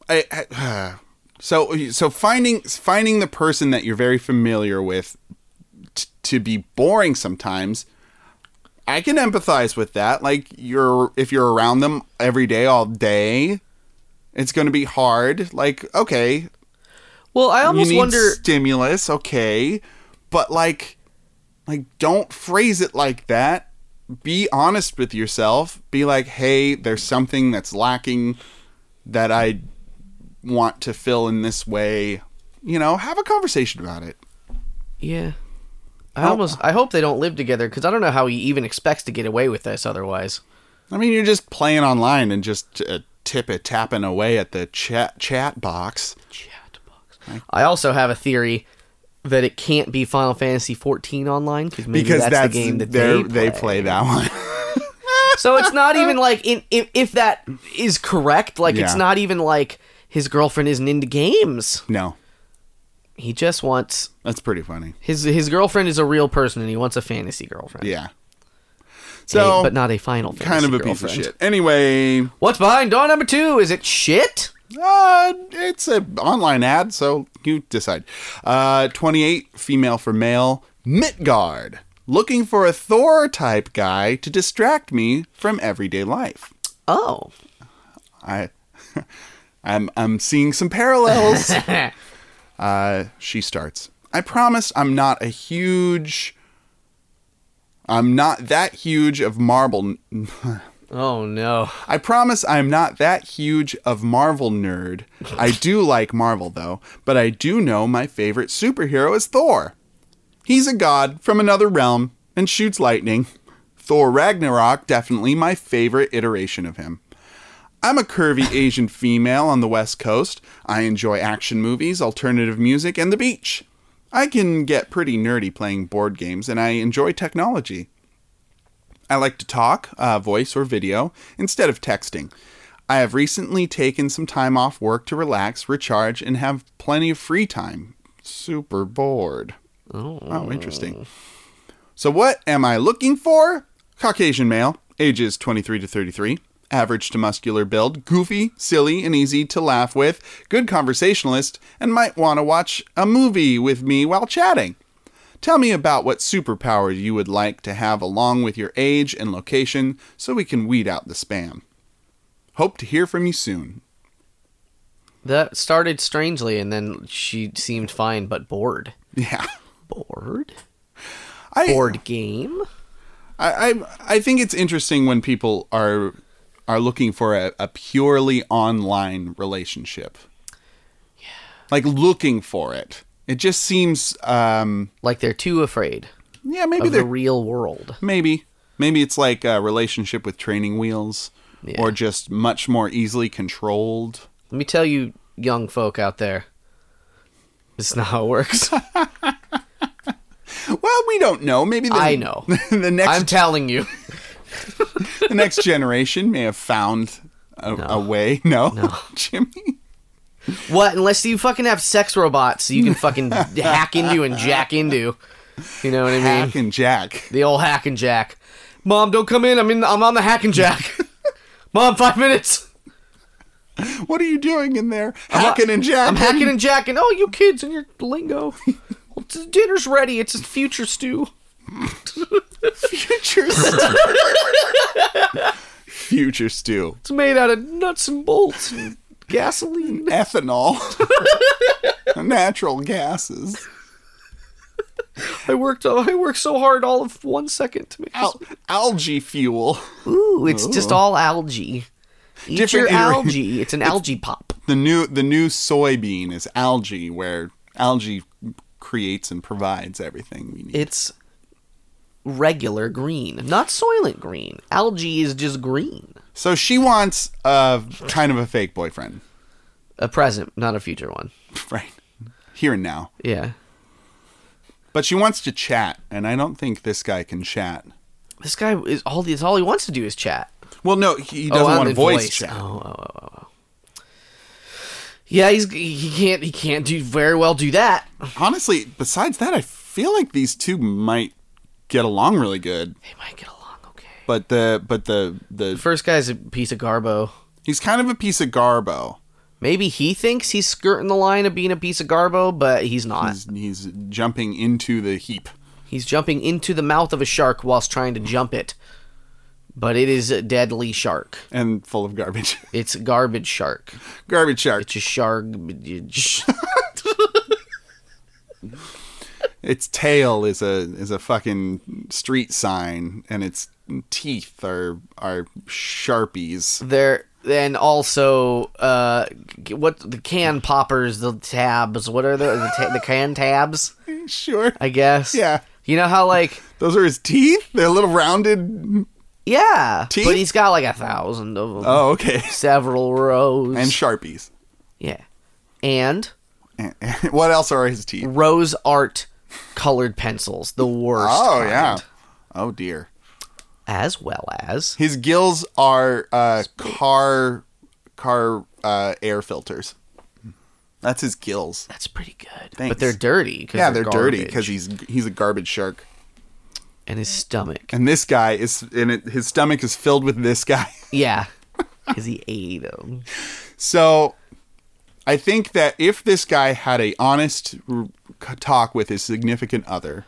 [SPEAKER 1] I, I- so so finding finding the person that you're very familiar with t- to be boring sometimes. I can empathize with that. Like you're if you're around them every day, all day, it's going to be hard. Like okay,
[SPEAKER 2] well i
[SPEAKER 1] you
[SPEAKER 2] almost
[SPEAKER 1] need
[SPEAKER 2] wonder
[SPEAKER 1] stimulus, okay, but like, like don't phrase it like that. Be honest with yourself. Be like, hey, there's something that's lacking that I want to fill in this way. You know, have a conversation about it.
[SPEAKER 2] yeah i almost i hope they don't live together because i don't know how he even expects to get away with this otherwise
[SPEAKER 1] I mean, you're just playing online and just uh, tip it tapping away at the chat chat box.
[SPEAKER 2] chat box i also have a theory that it can't be final fantasy 14 online because maybe
[SPEAKER 1] Because
[SPEAKER 2] that's,
[SPEAKER 1] that's,
[SPEAKER 2] the game that
[SPEAKER 1] they're-
[SPEAKER 2] they
[SPEAKER 1] they play that one.
[SPEAKER 2] So it's not even like in if, if that is correct, like it's
[SPEAKER 1] Yeah.
[SPEAKER 2] not even like his girlfriend isn't into games.
[SPEAKER 1] no,
[SPEAKER 2] He just wants
[SPEAKER 1] that's pretty funny.
[SPEAKER 2] his his girlfriend is a real person and he wants a fantasy girlfriend.
[SPEAKER 1] Yeah.
[SPEAKER 2] A-
[SPEAKER 1] So,
[SPEAKER 2] but not a final
[SPEAKER 1] kind
[SPEAKER 2] fantasy
[SPEAKER 1] of a piece of
[SPEAKER 2] girlfriend.
[SPEAKER 1] shit. Anyway,
[SPEAKER 2] What's behind door number 2? Is it shit?
[SPEAKER 1] Uh, it's an online ad, so you decide. Uh, 28, female for male. Midgard. Looking for a Thor type guy to distract me from everyday life.
[SPEAKER 2] Oh.
[SPEAKER 1] I, I'm, I'm seeing some parallels.
[SPEAKER 2] I
[SPEAKER 1] uh, she starts. I promise I'm not a huge. I'm not that huge of Marvel.
[SPEAKER 2] Oh no.
[SPEAKER 1] I promise I'm not that huge of Marvel nerd. I do like Marvel though, but I do know my favorite superhero is Thor. He's a god from another realm and shoots lightning. Thor Ragnarok definitely my favorite iteration of him. I'm a curvy Asian female on the West Coast. I enjoy action movies, alternative music, and the beach. I can get pretty nerdy playing board games, and I enjoy technology. I like to talk, uh, voice or video, instead of texting. I have recently taken some time off work to relax, recharge, and have plenty of free time. Super bored. Oh, interesting. So, what am I looking for? Caucasian male, ages 23 to 33, average to muscular build, goofy, silly, and easy to laugh with, good conversationalist, and might want to watch a movie with me while chatting. Tell me about what superpower you would like to have along with your age and location so we can weed out the spam. Hope to hear from you soon.
[SPEAKER 2] That started strangely, and then she seemed fine but bored.
[SPEAKER 1] Yeah.
[SPEAKER 2] Bored?
[SPEAKER 1] I,
[SPEAKER 2] Board game?
[SPEAKER 1] I, I I think it's interesting when people are are looking for a, a purely online relationship. Yeah. Like looking for it. It just seems um
[SPEAKER 2] Like they're too afraid
[SPEAKER 1] yeah, maybe
[SPEAKER 2] of the
[SPEAKER 1] they're
[SPEAKER 2] real world.
[SPEAKER 1] maybe maybe it's like a relationship with training wheels
[SPEAKER 2] Yeah.
[SPEAKER 1] or just much more easily controlled.
[SPEAKER 2] Let me tell you, young folk out there, it's not how it works.
[SPEAKER 1] Well, we don't know. Maybe the,
[SPEAKER 2] I know.
[SPEAKER 1] the
[SPEAKER 2] I'm
[SPEAKER 1] next
[SPEAKER 2] telling you.
[SPEAKER 1] the next generation may have found a, a way. No, Jimmy.
[SPEAKER 2] What? Unless you fucking have sex robots you can fucking hack into and jack into. You know what I mean?
[SPEAKER 1] Hack and Jack.
[SPEAKER 2] The old hack and jack. Mom, don't come in. I'm in. I'm on the hack and jack. Mom, five minutes.
[SPEAKER 1] What are you doing in there? Hacking and Jack.
[SPEAKER 2] I'm hacking and jacking. Oh, you kids and your lingo. Well, t- dinner's ready. It's a future stew.
[SPEAKER 1] Future Stew. Future Stew.
[SPEAKER 2] It's made out of nuts and bolts and gasoline.
[SPEAKER 1] Ethanol. Natural gases.
[SPEAKER 2] I worked. I worked so hard all of one second to make.
[SPEAKER 1] Al- algae fuel.
[SPEAKER 2] Ooh, it's just all algae. Eat
[SPEAKER 1] Different
[SPEAKER 2] your
[SPEAKER 1] iter-
[SPEAKER 2] algae. It's an algae pop.
[SPEAKER 1] The new the new soybean is algae where algae creates and provides everything we need.
[SPEAKER 2] It's regular green, not soylent green. Algae is just green.
[SPEAKER 1] so she wants a kind of a fake boyfriend.
[SPEAKER 2] A present, not a future one.
[SPEAKER 1] Right. Here and now.
[SPEAKER 2] Yeah.
[SPEAKER 1] But she wants to chat, and I don't think this guy can chat.
[SPEAKER 2] This guy is all. Is all he wants to do is chat.
[SPEAKER 1] Well, no, he doesn't
[SPEAKER 2] oh,
[SPEAKER 1] want to
[SPEAKER 2] and
[SPEAKER 1] voice, chat.
[SPEAKER 2] Oh, oh, oh, oh, oh. Yeah, he's he can't he can't do very well do that.
[SPEAKER 1] Honestly, besides that, I feel like these two might get along really good.
[SPEAKER 2] They might get along okay.
[SPEAKER 1] But the but the the
[SPEAKER 2] First guy's a piece of garbo.
[SPEAKER 1] he's kind of a piece of garbo.
[SPEAKER 2] Maybe he thinks he's skirting the line of being a piece of garbo, but he's not.
[SPEAKER 1] He's, he's jumping into the heap.
[SPEAKER 2] He's jumping into the mouth of a shark whilst trying to jump it. But it is a deadly shark.
[SPEAKER 1] and full of garbage.
[SPEAKER 2] It's a garbage shark.
[SPEAKER 1] garbage shark.
[SPEAKER 2] It's a shark.
[SPEAKER 1] Its tail is a is a fucking street sign, and its teeth are are sharpies.
[SPEAKER 2] there and also uh what the can poppers, the tabs, what are the the, ta- the can tabs,
[SPEAKER 1] Sure,
[SPEAKER 2] I guess.
[SPEAKER 1] Yeah.
[SPEAKER 2] You know how like
[SPEAKER 1] those are his teeth. They're little rounded.
[SPEAKER 2] yeah,
[SPEAKER 1] Teeth?
[SPEAKER 2] but he's got like a thousand of them.
[SPEAKER 1] Oh, okay.
[SPEAKER 2] Several rows.
[SPEAKER 1] And sharpies.
[SPEAKER 2] yeah. And
[SPEAKER 1] And- and what else are his teeth?
[SPEAKER 2] rose art colored pencils, the worst.
[SPEAKER 1] Oh
[SPEAKER 2] kind.
[SPEAKER 1] yeah. Oh dear.
[SPEAKER 2] As well as
[SPEAKER 1] His gills are uh, car car uh, air filters. That's his gills.
[SPEAKER 2] That's pretty good.
[SPEAKER 1] Thanks.
[SPEAKER 2] But they're dirty. Cause
[SPEAKER 1] Yeah, they're, dirty
[SPEAKER 2] garbage.
[SPEAKER 1] because he's he's a garbage shark.
[SPEAKER 2] and his stomach.
[SPEAKER 1] and this guy is and it, his stomach is filled with this guy
[SPEAKER 2] Yeah, because he ate them.
[SPEAKER 1] so i think that if this guy had a honest r- talk with his significant other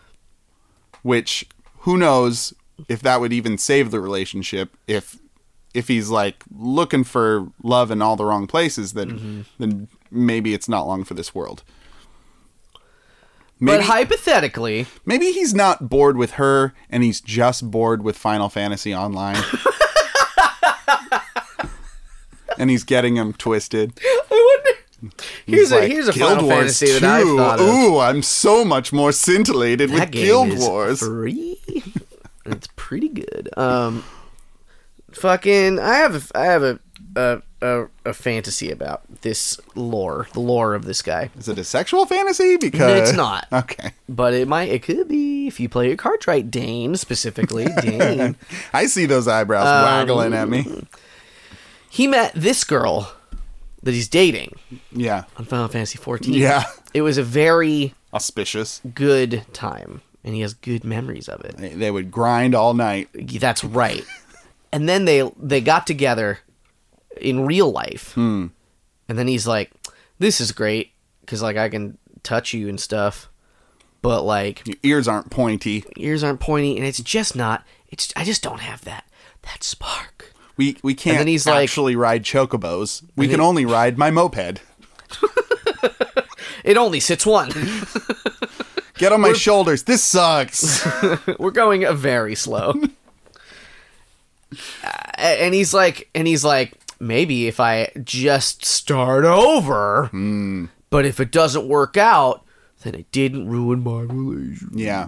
[SPEAKER 1] which who knows if that would even save the relationship if if he's like looking for love in all the wrong places then then maybe it's not long for this world
[SPEAKER 2] But
[SPEAKER 1] Maybe-
[SPEAKER 2] hypothetically,
[SPEAKER 1] Maybe he's not bored with her and he's just bored with Final Fantasy Online. and he's getting him twisted.
[SPEAKER 2] I wonder. Here's
[SPEAKER 1] He's
[SPEAKER 2] a
[SPEAKER 1] like,
[SPEAKER 2] here's a
[SPEAKER 1] Guild
[SPEAKER 2] Final
[SPEAKER 1] Wars
[SPEAKER 2] Fantasy that I
[SPEAKER 1] 2.
[SPEAKER 2] thought of.
[SPEAKER 1] Ooh, I'm so much more scintillated
[SPEAKER 2] that
[SPEAKER 1] with
[SPEAKER 2] game
[SPEAKER 1] Guild
[SPEAKER 2] is
[SPEAKER 1] Wars.
[SPEAKER 2] free. it's pretty good. Um, fucking, I have a, I have a a, a a fantasy about this lore, the lore of this guy.
[SPEAKER 1] Is it a sexual fantasy? Because
[SPEAKER 2] It's not.
[SPEAKER 1] Okay.
[SPEAKER 2] But it might, it could be if you play your cards right, Dane specifically. Dane.
[SPEAKER 1] I see those eyebrows
[SPEAKER 2] Um,
[SPEAKER 1] waggling at me.
[SPEAKER 2] He met this girl that he's dating
[SPEAKER 1] Yeah.
[SPEAKER 2] on Final Fantasy 14.
[SPEAKER 1] Yeah.
[SPEAKER 2] It was a very
[SPEAKER 1] Auspicious.
[SPEAKER 2] good time, and he has good memories of it.
[SPEAKER 1] They, they would grind all night.
[SPEAKER 2] That's right. and then they they got together in real life, and then he's like, "This is great because like I can touch you and stuff, but like
[SPEAKER 1] Your ears aren't pointy.
[SPEAKER 2] ears aren't pointy, and it's just not. It's I just don't have that that spark."
[SPEAKER 1] We we can't
[SPEAKER 2] then he's like-
[SPEAKER 1] actually ride chocobos. We can only ride my moped.
[SPEAKER 2] It only sits one.
[SPEAKER 1] Get on my shoulders. This sucks.
[SPEAKER 2] We're going uh, very slow. Uh, and he's like, and he's like, maybe if I just start over, but if it doesn't work out, then it didn't ruin my relationship.
[SPEAKER 1] yeah.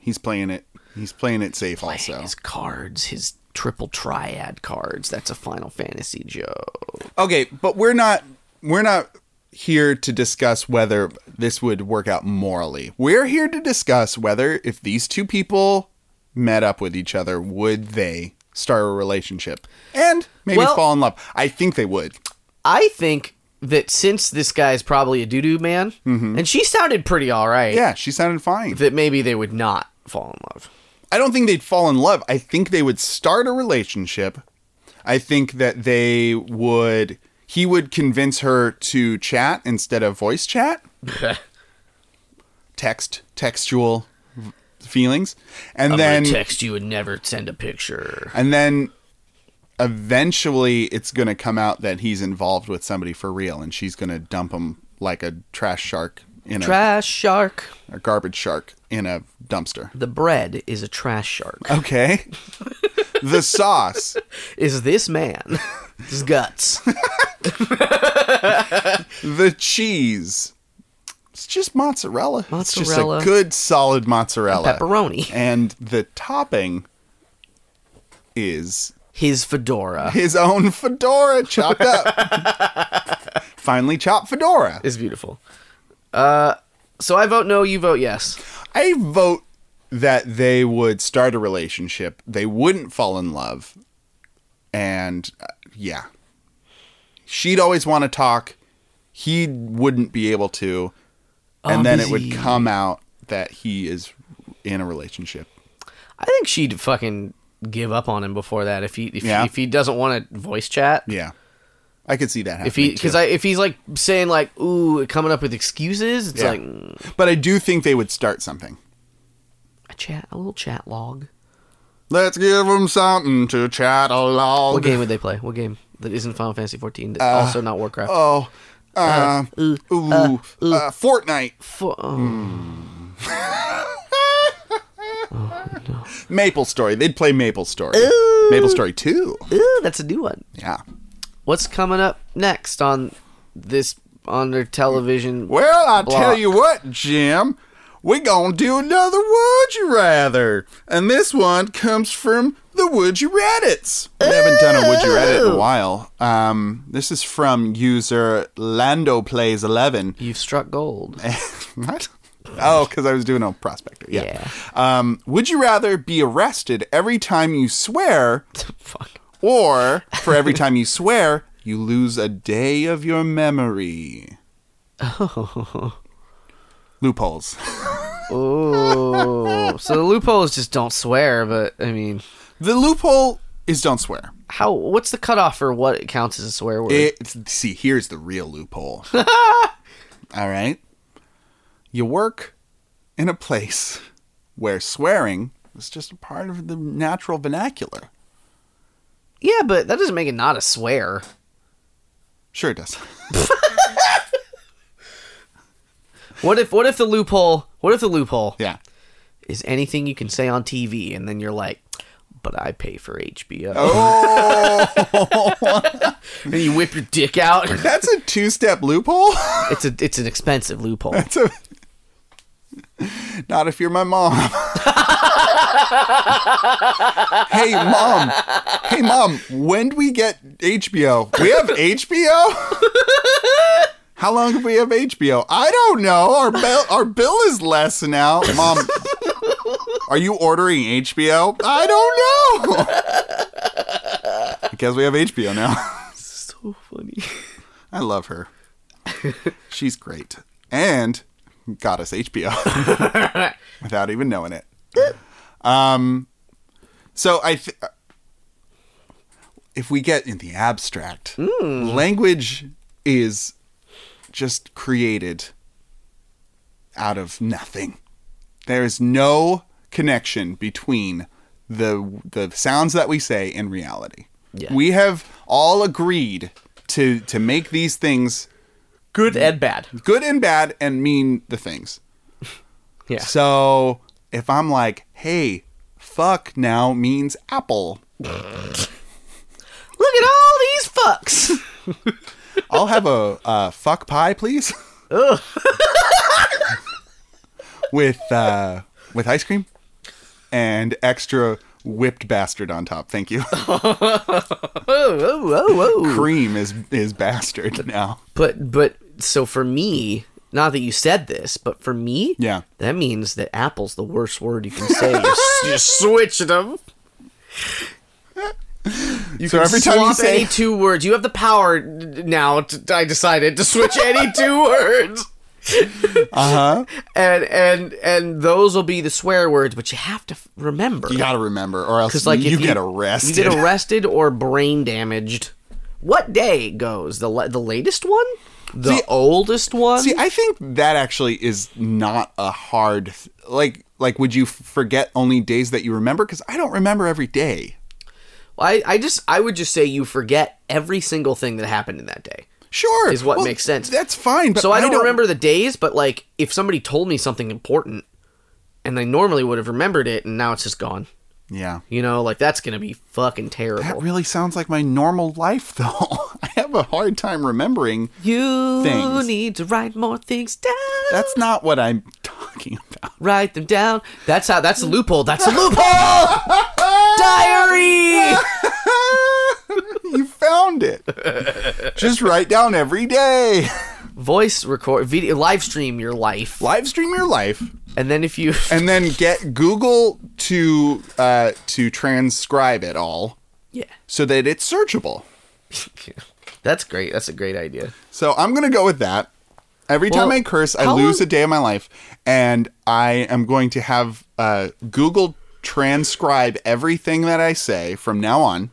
[SPEAKER 1] He's playing it. He's playing it safe also.
[SPEAKER 2] His cards, his triple triad cards. That's a Final Fantasy joke.
[SPEAKER 1] Okay, but we're not we're not here to discuss whether this would work out morally. We're here to discuss whether if these two people met up with each other, would they start a relationship and maybe
[SPEAKER 2] Well-
[SPEAKER 1] fall in love? I think they would.
[SPEAKER 2] I think that since this guy's probably a doo doo man, and she sounded pretty all right,
[SPEAKER 1] Yeah, she sounded fine.
[SPEAKER 2] that maybe they would not fall in love.
[SPEAKER 1] I don't think they'd fall in love. I think they would start a relationship. I think that they would he would convince her to chat instead of voice chat. text textual v- feelings and then
[SPEAKER 2] I text you and never send a picture.
[SPEAKER 1] and then eventually it's going to come out that he's involved with somebody for real and she's going to dump him like a trash shark in
[SPEAKER 2] Trash shark.
[SPEAKER 1] a, a garbage shark in a dumpster
[SPEAKER 2] The bread is a trash shark.
[SPEAKER 1] okay the sauce
[SPEAKER 2] Is this man? His guts.
[SPEAKER 1] the cheese it's just mozzarella.
[SPEAKER 2] Mozzarella.
[SPEAKER 1] It's just a good solid mozzarella.
[SPEAKER 2] Pepperoni.
[SPEAKER 1] And the topping is
[SPEAKER 2] His fedora
[SPEAKER 1] his own fedora chopped up. Finally chopped fedora.
[SPEAKER 2] is beautiful. Uh, so I vote no. You vote yes.
[SPEAKER 1] I vote that they would start a relationship. They wouldn't fall in love. And uh, yeah. She'd always want to talk. He wouldn't be able to. And
[SPEAKER 2] I'm
[SPEAKER 1] then it
[SPEAKER 2] busy.
[SPEAKER 1] would come out that he is in a relationship.
[SPEAKER 2] I think she'd fucking give up on him before that. If he if,
[SPEAKER 1] Yeah.
[SPEAKER 2] if he doesn't want to voice chat.
[SPEAKER 1] Yeah. I could see that happening.
[SPEAKER 2] If he,
[SPEAKER 1] too.
[SPEAKER 2] because I, if he's like saying like, ooh, coming up with excuses, it's
[SPEAKER 1] Yeah.
[SPEAKER 2] like mm,
[SPEAKER 1] But I do think they would start something.
[SPEAKER 2] a chat, a little chat log.
[SPEAKER 1] Let's give him something to chat along.
[SPEAKER 2] What game would they play? What game that isn't Final Fantasy 14? That's also not Warcraft.
[SPEAKER 1] Uh, Oh, uh, ooh, uh, Fortnite,
[SPEAKER 2] Fu-
[SPEAKER 1] Hmm.
[SPEAKER 2] oh,
[SPEAKER 1] Maple Story. They'd play Maple Story. Maple Story Two.
[SPEAKER 2] ooh, that's a new one.
[SPEAKER 1] Yeah.
[SPEAKER 2] what's coming up next on this on their television?
[SPEAKER 1] Well, uh, I
[SPEAKER 2] block?
[SPEAKER 1] tell you what, Jim, we gonna do another Would You Rather, and this one comes from the Would You Reddits. We haven't done a Would You Reddit in a while. Um, this is from user Lando Plays Eleven.
[SPEAKER 2] You've struck gold.
[SPEAKER 1] what? Oh, because I was doing a prospector. Yeah.
[SPEAKER 2] Yeah.
[SPEAKER 1] Um, would you rather be arrested every time you swear,
[SPEAKER 2] Fuck.
[SPEAKER 1] or for every time you swear, you lose a day of your memory? Loopholes.
[SPEAKER 2] Oh, so the loopholes just don't swear, but I mean,
[SPEAKER 1] The loophole is don't swear.
[SPEAKER 2] how? What's the cutoff for what counts as a swear word?
[SPEAKER 1] It, see, here's the real loophole. All right. You work in a place where swearing is just a part of the natural vernacular.
[SPEAKER 2] yeah, but that doesn't make it not a swear.
[SPEAKER 1] Sure, it does.
[SPEAKER 2] What if? What if the loophole? What if the loophole
[SPEAKER 1] Yeah.
[SPEAKER 2] is anything you can say on TV, and then you're like, but I pay for HBO,
[SPEAKER 1] Oh!
[SPEAKER 2] and you whip your dick out.
[SPEAKER 1] That's a two step loophole.
[SPEAKER 2] it's a it's an expensive loophole.
[SPEAKER 1] It's a- Not if you're my mom. hey mom, hey mom, when do we get HBO? We have HBO. How long have we have HBO? I don't know. Our bill, our bill is less now, mom. Are you ordering HBO? I don't know. I guess we have HBO now.
[SPEAKER 2] so funny.
[SPEAKER 1] I love her. She's great. And got us HBO without even knowing it. Um, so I, th- if we get in the abstract, language is just created out of nothing. There is no connection between the the sounds that we say and reality.
[SPEAKER 2] Yeah.
[SPEAKER 1] We have all agreed to to make these things
[SPEAKER 2] Good and bad.
[SPEAKER 1] good and bad and mean the things.
[SPEAKER 2] Yeah.
[SPEAKER 1] So if I'm like, hey, fuck now means apple,
[SPEAKER 2] Look at all these fucks.
[SPEAKER 1] I'll have a uh, fuck pie, please. with uh, with ice cream and extra whipped bastard on top. Thank you.
[SPEAKER 2] Whoa, whoa, whoa, whoa.
[SPEAKER 1] Cream is is bastard now.
[SPEAKER 2] oh, But but so for me, not that you said this, but for me,
[SPEAKER 1] Yeah.
[SPEAKER 2] that means that apple's the worst word you can say. you, s- you switch them. You
[SPEAKER 1] So
[SPEAKER 2] can
[SPEAKER 1] every time you
[SPEAKER 2] swap
[SPEAKER 1] say-
[SPEAKER 2] any two words, you have the power now. To, I decided to switch any two words.
[SPEAKER 1] Uh huh.
[SPEAKER 2] and and and those will be the swear words, but you have to f- remember.
[SPEAKER 1] You gotta remember, or else
[SPEAKER 2] 'Cause, like, if
[SPEAKER 1] you, get
[SPEAKER 2] You
[SPEAKER 1] arrested.
[SPEAKER 2] get arrested or brain damaged. What day goes the la- the latest one? The
[SPEAKER 1] See-
[SPEAKER 2] oldest one?
[SPEAKER 1] See, I think that actually is not a hard th- like like would you f- forget only days that you remember cuz I don't remember every day.
[SPEAKER 2] I I just I would just say you forget every single thing that happened in that day.
[SPEAKER 1] Sure.
[SPEAKER 2] Is what makes sense.
[SPEAKER 1] That's fine, but
[SPEAKER 2] So I don't, remember the days, but like if somebody told me something important and I normally would have remembered it and now it's just gone.
[SPEAKER 1] Yeah.
[SPEAKER 2] You know, like that's going to be fucking
[SPEAKER 1] That
[SPEAKER 2] terrible.
[SPEAKER 1] really sounds like my normal life though. I have a hard time remembering.
[SPEAKER 2] you
[SPEAKER 1] Things. Uh,
[SPEAKER 2] need to write more things down.
[SPEAKER 1] That's not what I'm talking about.
[SPEAKER 2] write them down. That's how. That's a loophole. That's a loophole. Diary.
[SPEAKER 1] you found it. Just write down every day.
[SPEAKER 2] Voice record, video, live stream your life,
[SPEAKER 1] Live stream your life.
[SPEAKER 2] and then if you,
[SPEAKER 1] and then get Google to uh, to transcribe it all
[SPEAKER 2] yeah,
[SPEAKER 1] so that it's searchable.
[SPEAKER 2] that's great. That's a great idea.
[SPEAKER 1] So I'm gonna go with that. Every time I curse, I
[SPEAKER 2] how
[SPEAKER 1] lose
[SPEAKER 2] long-
[SPEAKER 1] a day of my life, and I am going to have uh, Google transcribe everything that I say from now on,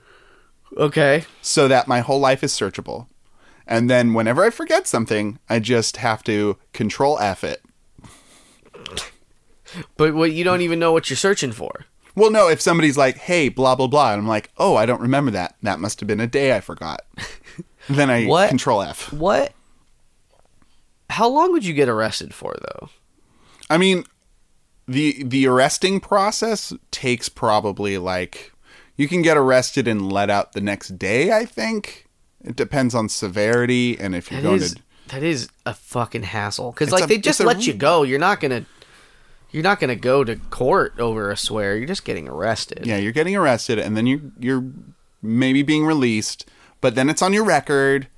[SPEAKER 2] Okay.
[SPEAKER 1] so that my whole life is searchable. And then whenever I forget something, I just have to Control F it.
[SPEAKER 2] But what you don't even know what you're searching for.
[SPEAKER 1] Well, no, if somebody's like, "Hey, blah blah blah," and I'm like, "Oh, I don't remember that. That must have been a day I forgot." then I
[SPEAKER 2] What?
[SPEAKER 1] control F.
[SPEAKER 2] What? How long would you get arrested for though?
[SPEAKER 1] I mean, the the arresting process takes probably like you can get arrested and let out the next day. I think it depends on severity and if you're
[SPEAKER 2] That
[SPEAKER 1] going
[SPEAKER 2] is
[SPEAKER 1] to.
[SPEAKER 2] that is a fucking hassle because
[SPEAKER 1] It's
[SPEAKER 2] like
[SPEAKER 1] a-
[SPEAKER 2] they just
[SPEAKER 1] it's a
[SPEAKER 2] let
[SPEAKER 1] re-
[SPEAKER 2] you go. You're not gonna. You're not gonna go to court over a swear. You're just getting arrested.
[SPEAKER 1] Yeah, you're getting arrested and then you you're maybe being released, but then it's on your record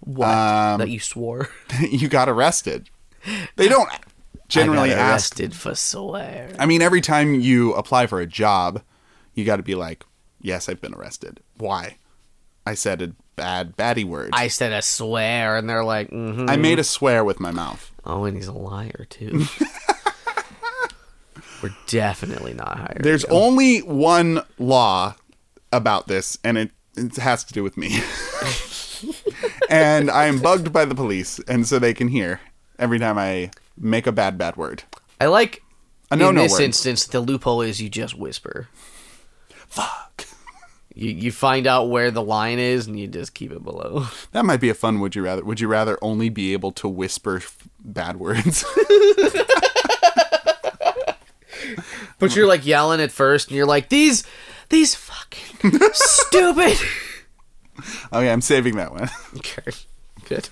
[SPEAKER 2] What?
[SPEAKER 1] Um,
[SPEAKER 2] that you swore.
[SPEAKER 1] that you got arrested. They don't generally
[SPEAKER 2] I got
[SPEAKER 1] ask
[SPEAKER 2] arrested for swear.
[SPEAKER 1] I mean, every time you apply for a job, you got to be like, "Yes, I've been arrested. Why? I said a bad, batty word. I,
[SPEAKER 2] I said a swear, and they're like, mm-hmm.
[SPEAKER 1] made a swear with my mouth."
[SPEAKER 2] oh, and he's a liar too. We're definitely not hired.
[SPEAKER 1] There's only one law about this, and it, it has to do with me. and I am bugged by the police, and so they can hear every time I make a bad, bad word.
[SPEAKER 2] I like
[SPEAKER 1] A no,
[SPEAKER 2] in
[SPEAKER 1] no
[SPEAKER 2] this
[SPEAKER 1] word.
[SPEAKER 2] instance the loophole is you just whisper.
[SPEAKER 1] Fuck.
[SPEAKER 2] You you find out where the line is, and you just keep it below.
[SPEAKER 1] That might be a fun. Would you rather? Would you rather only be able to whisper f- bad words?
[SPEAKER 2] But you're like yelling at first, and you're like these these fucking stupid.
[SPEAKER 1] okay, Oh, I'm saving that one.
[SPEAKER 2] Okay, good.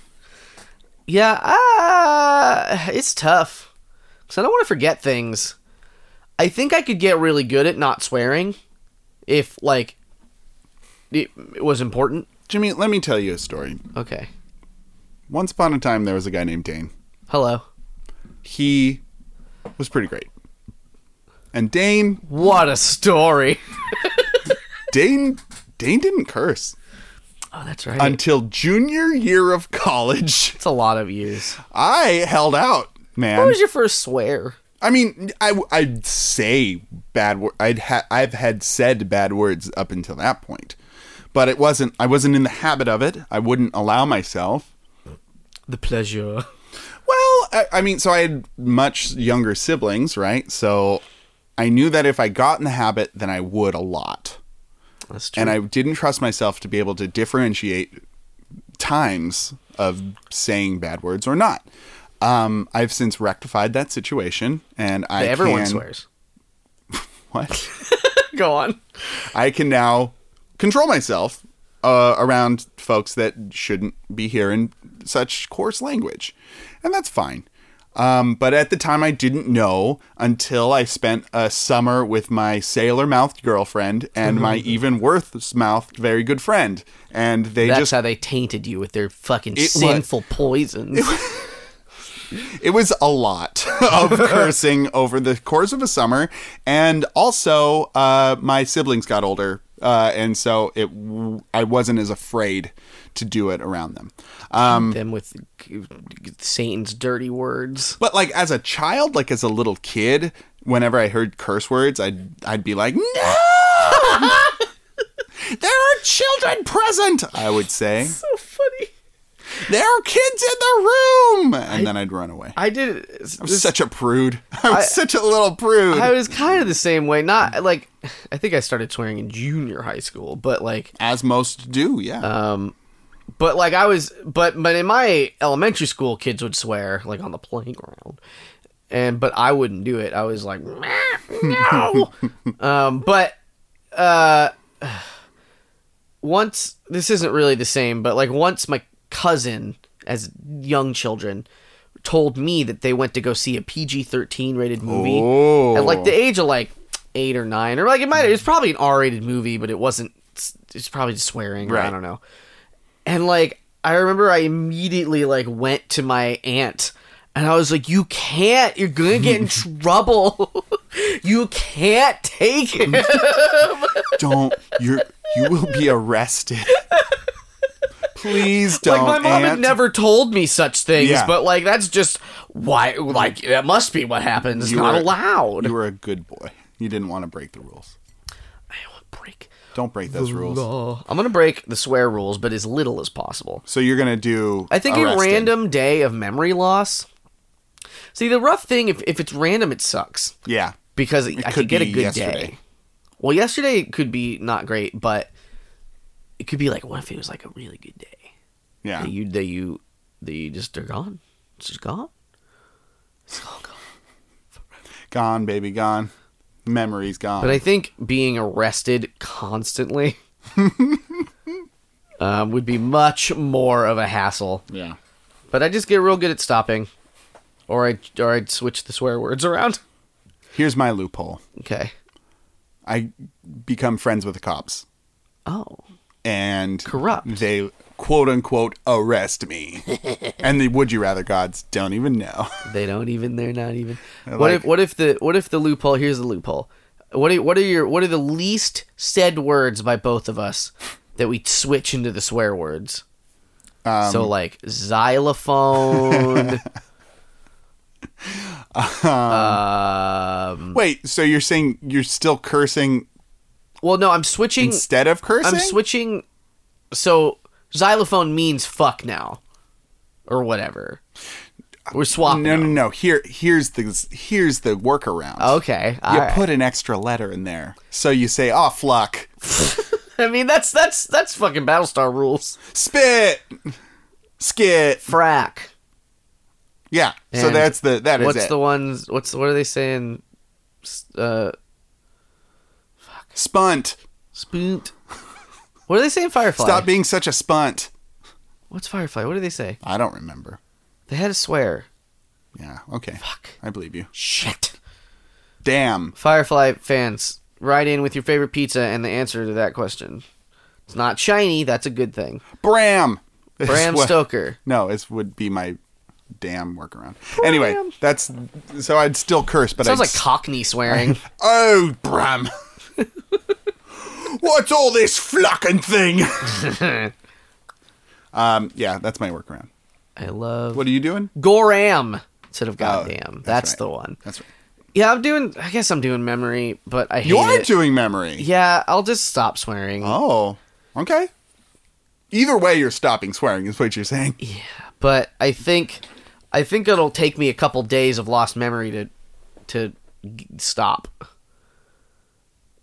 [SPEAKER 2] Yeah, uh, it's tough because I don't want to forget things. I think I could get really good at not swearing if like it, it was important.
[SPEAKER 1] Jimmy, let me tell you a story.
[SPEAKER 2] Okay.
[SPEAKER 1] Once upon a time, there was a guy named Dane.
[SPEAKER 2] Hello.
[SPEAKER 1] He was pretty great. And Dane,
[SPEAKER 2] What a story.
[SPEAKER 1] Dane, Dane didn't curse
[SPEAKER 2] Oh, that's right.
[SPEAKER 1] until junior year of college.
[SPEAKER 2] it's a lot of years.
[SPEAKER 1] I held out, man.
[SPEAKER 2] What was your first swear?
[SPEAKER 1] I mean, I I'd say bad. wor- I'd ha- I've had said bad words up until that point, but it wasn't. I wasn't in the habit of it. I wouldn't allow myself.
[SPEAKER 2] The pleasure.
[SPEAKER 1] Well, I, I mean, so I had much younger siblings, right? So I knew that if I got in the habit, then I would a lot,
[SPEAKER 2] That's true.
[SPEAKER 1] and I didn't trust myself to be able to differentiate times of saying bad words or not. Um, I've since rectified that situation, and I
[SPEAKER 2] Everyone
[SPEAKER 1] can-
[SPEAKER 2] swears.
[SPEAKER 1] What?
[SPEAKER 2] Go on.
[SPEAKER 1] I can now control myself uh, around folks that shouldn't be hearing such coarse language, and that's fine. Um, but at the time, I didn't know until I spent a summer with my sailor mouthed girlfriend and my even worse mouthed very good friend, and they
[SPEAKER 2] That's
[SPEAKER 1] just
[SPEAKER 2] how they tainted you with their fucking
[SPEAKER 1] was-
[SPEAKER 2] sinful poisons.
[SPEAKER 1] it was a lot of cursing over the course of a summer and also uh, my siblings got older uh, and so it w- i wasn't as afraid to do it around them
[SPEAKER 2] them with g- g- Satan's dirty words.
[SPEAKER 1] but like as a child like as a little kid whenever i heard curse words i'd i'd be like no there are children present i would say
[SPEAKER 2] So funny.
[SPEAKER 1] there are kids in the room and then i'd run away
[SPEAKER 2] I did.
[SPEAKER 1] i was such a prude i was such a little prude
[SPEAKER 2] I was kind of the same way. Not like I think I started swearing in junior high school, but like,
[SPEAKER 1] as most do yeah
[SPEAKER 2] but like I was, but but in my elementary school, kids would swear like on the playground, and but I wouldn't do it. I was like, "Meh, no. um, but uh, once this isn't really the same, but like once my cousin, as young children, told me that they went to go see a PG thirteen rated movie
[SPEAKER 1] Oh.
[SPEAKER 2] at like the age of like eight or nine, or like it might
[SPEAKER 1] Mm-hmm.
[SPEAKER 2] it was probably an R rated movie, but it wasn't. It's probably just swearing. Or I
[SPEAKER 1] Right.
[SPEAKER 2] don't know. And like I remember, I immediately like went to my aunt. And I was like, "You can't! You're gonna get in trouble! you can't take it!"
[SPEAKER 1] don't you you will be arrested please don't
[SPEAKER 2] like my mom had
[SPEAKER 1] Aunt.
[SPEAKER 2] never told me such things,
[SPEAKER 1] Yeah.
[SPEAKER 2] but like that's just why. Like that must be what happened. It's
[SPEAKER 1] You
[SPEAKER 2] not
[SPEAKER 1] were-
[SPEAKER 2] allowed.
[SPEAKER 1] you were a good boy you didn't want to break the rules
[SPEAKER 2] I want to break.
[SPEAKER 1] don't break those rules
[SPEAKER 2] Law. I'm gonna break the swear rules, but as little as possible.
[SPEAKER 1] so you're gonna do
[SPEAKER 2] I think
[SPEAKER 1] arrested.
[SPEAKER 2] a random day of memory loss. See, the rough thing if if it's random, it sucks.
[SPEAKER 1] yeah
[SPEAKER 2] because I could
[SPEAKER 1] could
[SPEAKER 2] get a
[SPEAKER 1] be
[SPEAKER 2] good day.
[SPEAKER 1] yesterday.
[SPEAKER 2] Well, yesterday could be not great, but it could be like what if it was like a really good day
[SPEAKER 1] yeah
[SPEAKER 2] that you that you that you just are gone, it's just gone, it's all gone.
[SPEAKER 1] gone baby gone memories gone
[SPEAKER 2] But I think being arrested constantly um, would be much more of a hassle.
[SPEAKER 1] yeah
[SPEAKER 2] But I just get real good at stopping, or I or I'd switch the swear words around.
[SPEAKER 1] here's my loophole
[SPEAKER 2] Okay.
[SPEAKER 1] i become friends with the cops
[SPEAKER 2] Oh,
[SPEAKER 1] and
[SPEAKER 2] Corrupt.
[SPEAKER 1] they quote unquote arrest me and the would you rather gods don't even know
[SPEAKER 2] They don't even. They're not even. what
[SPEAKER 1] like-
[SPEAKER 2] if? What if the? What if the loophole? Here's the loophole. What are, what are your what are the least said words by both of us that we switch into the swear words? so
[SPEAKER 1] Um,
[SPEAKER 2] like xylophone. um,
[SPEAKER 1] wait so you're saying you're still cursing
[SPEAKER 2] well, no, I'm switching.
[SPEAKER 1] instead of cursing
[SPEAKER 2] Mm. I'm switching. So xylophone means fuck now, or whatever. We're swapping.
[SPEAKER 1] No, no,
[SPEAKER 2] them.
[SPEAKER 1] no. Here, here's the here's the workaround.
[SPEAKER 2] Okay.
[SPEAKER 1] you
[SPEAKER 2] alright.
[SPEAKER 1] put an extra letter in there, so you say, "Oh, fluck,
[SPEAKER 2] I mean, that's that's that's fucking Battlestar rules.
[SPEAKER 1] spit, skit."
[SPEAKER 2] Frack.
[SPEAKER 1] Yeah. so
[SPEAKER 2] And
[SPEAKER 1] that's the that is
[SPEAKER 2] what's
[SPEAKER 1] it.
[SPEAKER 2] the ones? What's what are they saying? S- Uh,
[SPEAKER 1] spunt.
[SPEAKER 2] spoont. What are they saying? Firefly.
[SPEAKER 1] Stop being such a spunt.
[SPEAKER 2] What's Firefly? What do they say?
[SPEAKER 1] I don't remember.
[SPEAKER 2] They had a swear.
[SPEAKER 1] Yeah. Okay.
[SPEAKER 2] Fuck.
[SPEAKER 1] I believe you.
[SPEAKER 2] Shit.
[SPEAKER 1] Damn.
[SPEAKER 2] Firefly fans, write in with your favorite pizza and the answer to that question. It's not shiny. That's a good thing.
[SPEAKER 1] Bram. is
[SPEAKER 2] Bram
[SPEAKER 1] what-
[SPEAKER 2] Stoker.
[SPEAKER 1] No, it would be my damn workaround. Anyway, that's so I'd still curse, but
[SPEAKER 2] Sounds
[SPEAKER 1] I'd
[SPEAKER 2] like Cockney swearing.
[SPEAKER 1] Oh, Bram. What's all this flucking thing? um, yeah, that's my workaround.
[SPEAKER 2] I love
[SPEAKER 1] What are you doing?
[SPEAKER 2] Goram instead of
[SPEAKER 1] Oh,
[SPEAKER 2] goddamn.
[SPEAKER 1] that's
[SPEAKER 2] that's
[SPEAKER 1] right.
[SPEAKER 2] the one.
[SPEAKER 1] That's right.
[SPEAKER 2] Yeah, I'm doing. I guess I'm doing memory, but I hate
[SPEAKER 1] You are
[SPEAKER 2] it.
[SPEAKER 1] doing memory.
[SPEAKER 2] yeah, I'll just stop swearing.
[SPEAKER 1] Oh, okay. Either way, you're stopping swearing, is what you're saying.
[SPEAKER 2] but I think I think it'll take me a couple days of lost memory to to g- stop.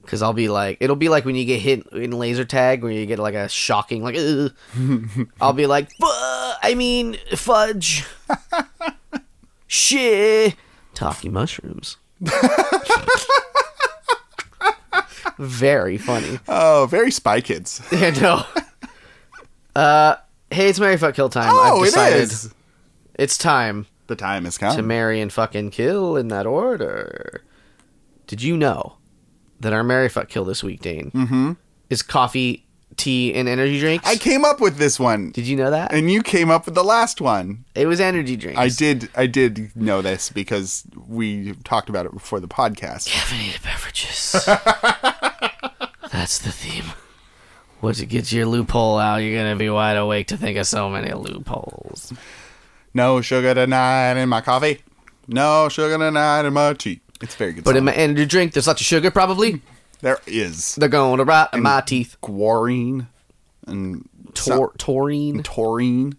[SPEAKER 2] Cause I'll be like, it'll be like when you get hit in laser tag, where you get like a shocking, like, Ugh. I'll be like, "Fu- I mean, fudge, shit, talking mushrooms. Very funny.
[SPEAKER 1] Oh, very Spy Kids.
[SPEAKER 2] Yeah, no. Uh, hey, it's Mary Fuck Kill time.
[SPEAKER 1] Oh,
[SPEAKER 2] I've
[SPEAKER 1] it
[SPEAKER 2] decided
[SPEAKER 1] is. Um,
[SPEAKER 2] It's time
[SPEAKER 1] The time has
[SPEAKER 2] to
[SPEAKER 1] come.
[SPEAKER 2] marry and fucking kill in that order. Did you know that our Mary Fuck Kill this week, Dane, mm-hmm. is coffee, tea, and energy drinks?
[SPEAKER 1] I came up with this one,
[SPEAKER 2] Did you know that?
[SPEAKER 1] and you came up with the last one.
[SPEAKER 2] it was energy drinks.
[SPEAKER 1] I did. I did know this because we talked about it before the podcast.
[SPEAKER 2] Caffeinated beverages. That's the theme. Once you get your loophole out, you're going to be wide awake to think of so many loopholes.
[SPEAKER 1] No sugar tonight in my coffee. No sugar tonight in my tea. It's a very good.
[SPEAKER 2] But
[SPEAKER 1] song.
[SPEAKER 2] in my energy drink, there's lots of sugar, probably.
[SPEAKER 1] there is
[SPEAKER 2] They're going to rot in my teeth.
[SPEAKER 1] guarine and
[SPEAKER 2] Tor- taurine
[SPEAKER 1] some- taurine.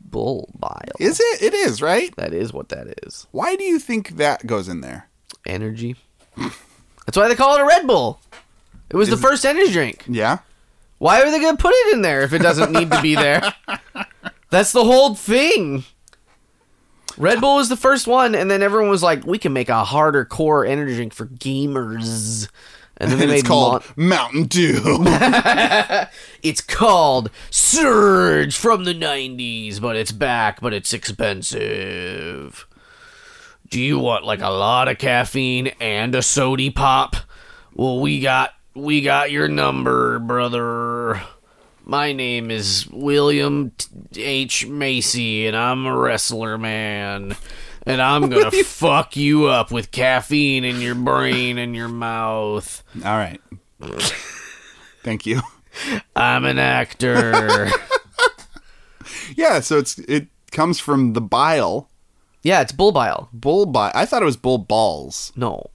[SPEAKER 2] bull bile.
[SPEAKER 1] Is it? It is right.
[SPEAKER 2] That is what that is.
[SPEAKER 1] Why do you think that goes in there?
[SPEAKER 2] Energy. That's why they call it a Red Bull. It was the first energy drink.
[SPEAKER 1] Yeah.
[SPEAKER 2] Why are they going to put it in there if it doesn't need to be there? That's the whole thing. Red Bull was the first one, and then everyone was like, we can make a harder core energy drink for gamers. And then they
[SPEAKER 1] And
[SPEAKER 2] made
[SPEAKER 1] it's called
[SPEAKER 2] Mon-
[SPEAKER 1] Mountain Dew.
[SPEAKER 2] it's called Surge from the 90s, but it's back, but it's expensive. Do you want like a lot of caffeine and a sody pop? Well, we got we got your number, brother. My name is William T- H. Macy, and I'm a wrestler man. And I'm gonna fuck you up with caffeine in your brain and your mouth.
[SPEAKER 1] All right. Thank you.
[SPEAKER 2] I'm an actor.
[SPEAKER 1] Yeah, so it's it comes from the bile,
[SPEAKER 2] Yeah, it's bull bile.
[SPEAKER 1] bull bile. I thought it was bull balls.
[SPEAKER 2] No.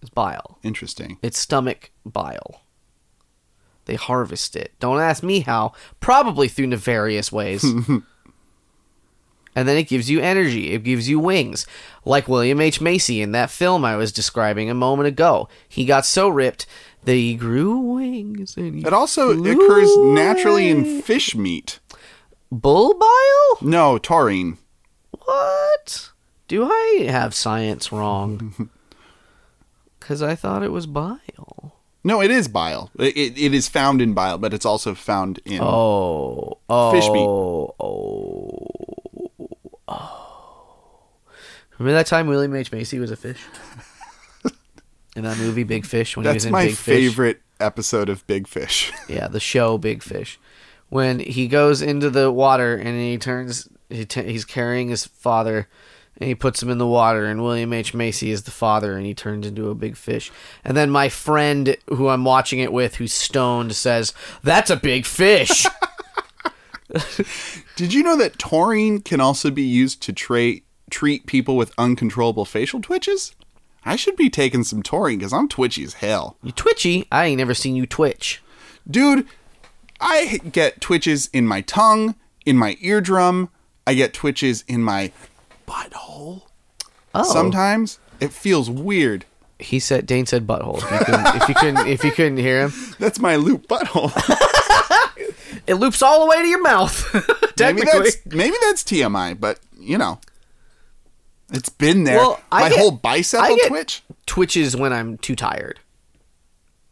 [SPEAKER 2] It's bile.
[SPEAKER 1] Interesting.
[SPEAKER 2] It's stomach bile. They harvest it. Don't ask me how. Probably through nefarious ways. and then it gives you energy. It gives you wings. Like William H. Macy in that film I was describing a moment ago. He got so ripped that he grew wings and he
[SPEAKER 1] It also occurs naturally in fish meat.
[SPEAKER 2] bull bile?
[SPEAKER 1] No, taurine.
[SPEAKER 2] What? Do I have science wrong? Because I thought it was bile.
[SPEAKER 1] No, it is bile. It, it, it is found in bile, but it's also found in.
[SPEAKER 2] Oh, oh,
[SPEAKER 1] Fish meat.
[SPEAKER 2] Oh, oh. Remember that time William H Macy was a fish in that movie Big Fish when he was
[SPEAKER 1] that's
[SPEAKER 2] in
[SPEAKER 1] my
[SPEAKER 2] Big Fish.
[SPEAKER 1] favorite episode of Big Fish.
[SPEAKER 2] Yeah, the show Big Fish. When he goes into the water and he turns, he t- he's carrying his father, and he puts him in the water. And William H Macy is the father, and he turns into a big fish. And then my friend, who I'm watching it with, who's stoned, says, "That's a big fish."
[SPEAKER 1] Did you know that taurine can also be used to tra- treat people with uncontrollable facial twitches? I should be taking some taurine because I'm twitchy as hell.
[SPEAKER 2] you twitchy? I ain't never seen you twitch.
[SPEAKER 1] dude i get twitches in my tongue in my eardrum i get twitches in my butthole
[SPEAKER 2] Oh,
[SPEAKER 1] sometimes it feels weird
[SPEAKER 2] he said. Dane said butthole. If you couldn't, if you couldn't, if you couldn't hear him,
[SPEAKER 1] that's my loop butthole
[SPEAKER 2] it loops all the way to your mouth.
[SPEAKER 1] maybe
[SPEAKER 2] Technically,
[SPEAKER 1] that's maybe that's tmi but you know it's been there
[SPEAKER 2] Well, I
[SPEAKER 1] my
[SPEAKER 2] get-
[SPEAKER 1] whole bicep
[SPEAKER 2] I
[SPEAKER 1] will
[SPEAKER 2] get-
[SPEAKER 1] twitch
[SPEAKER 2] twitches when I'm too tired.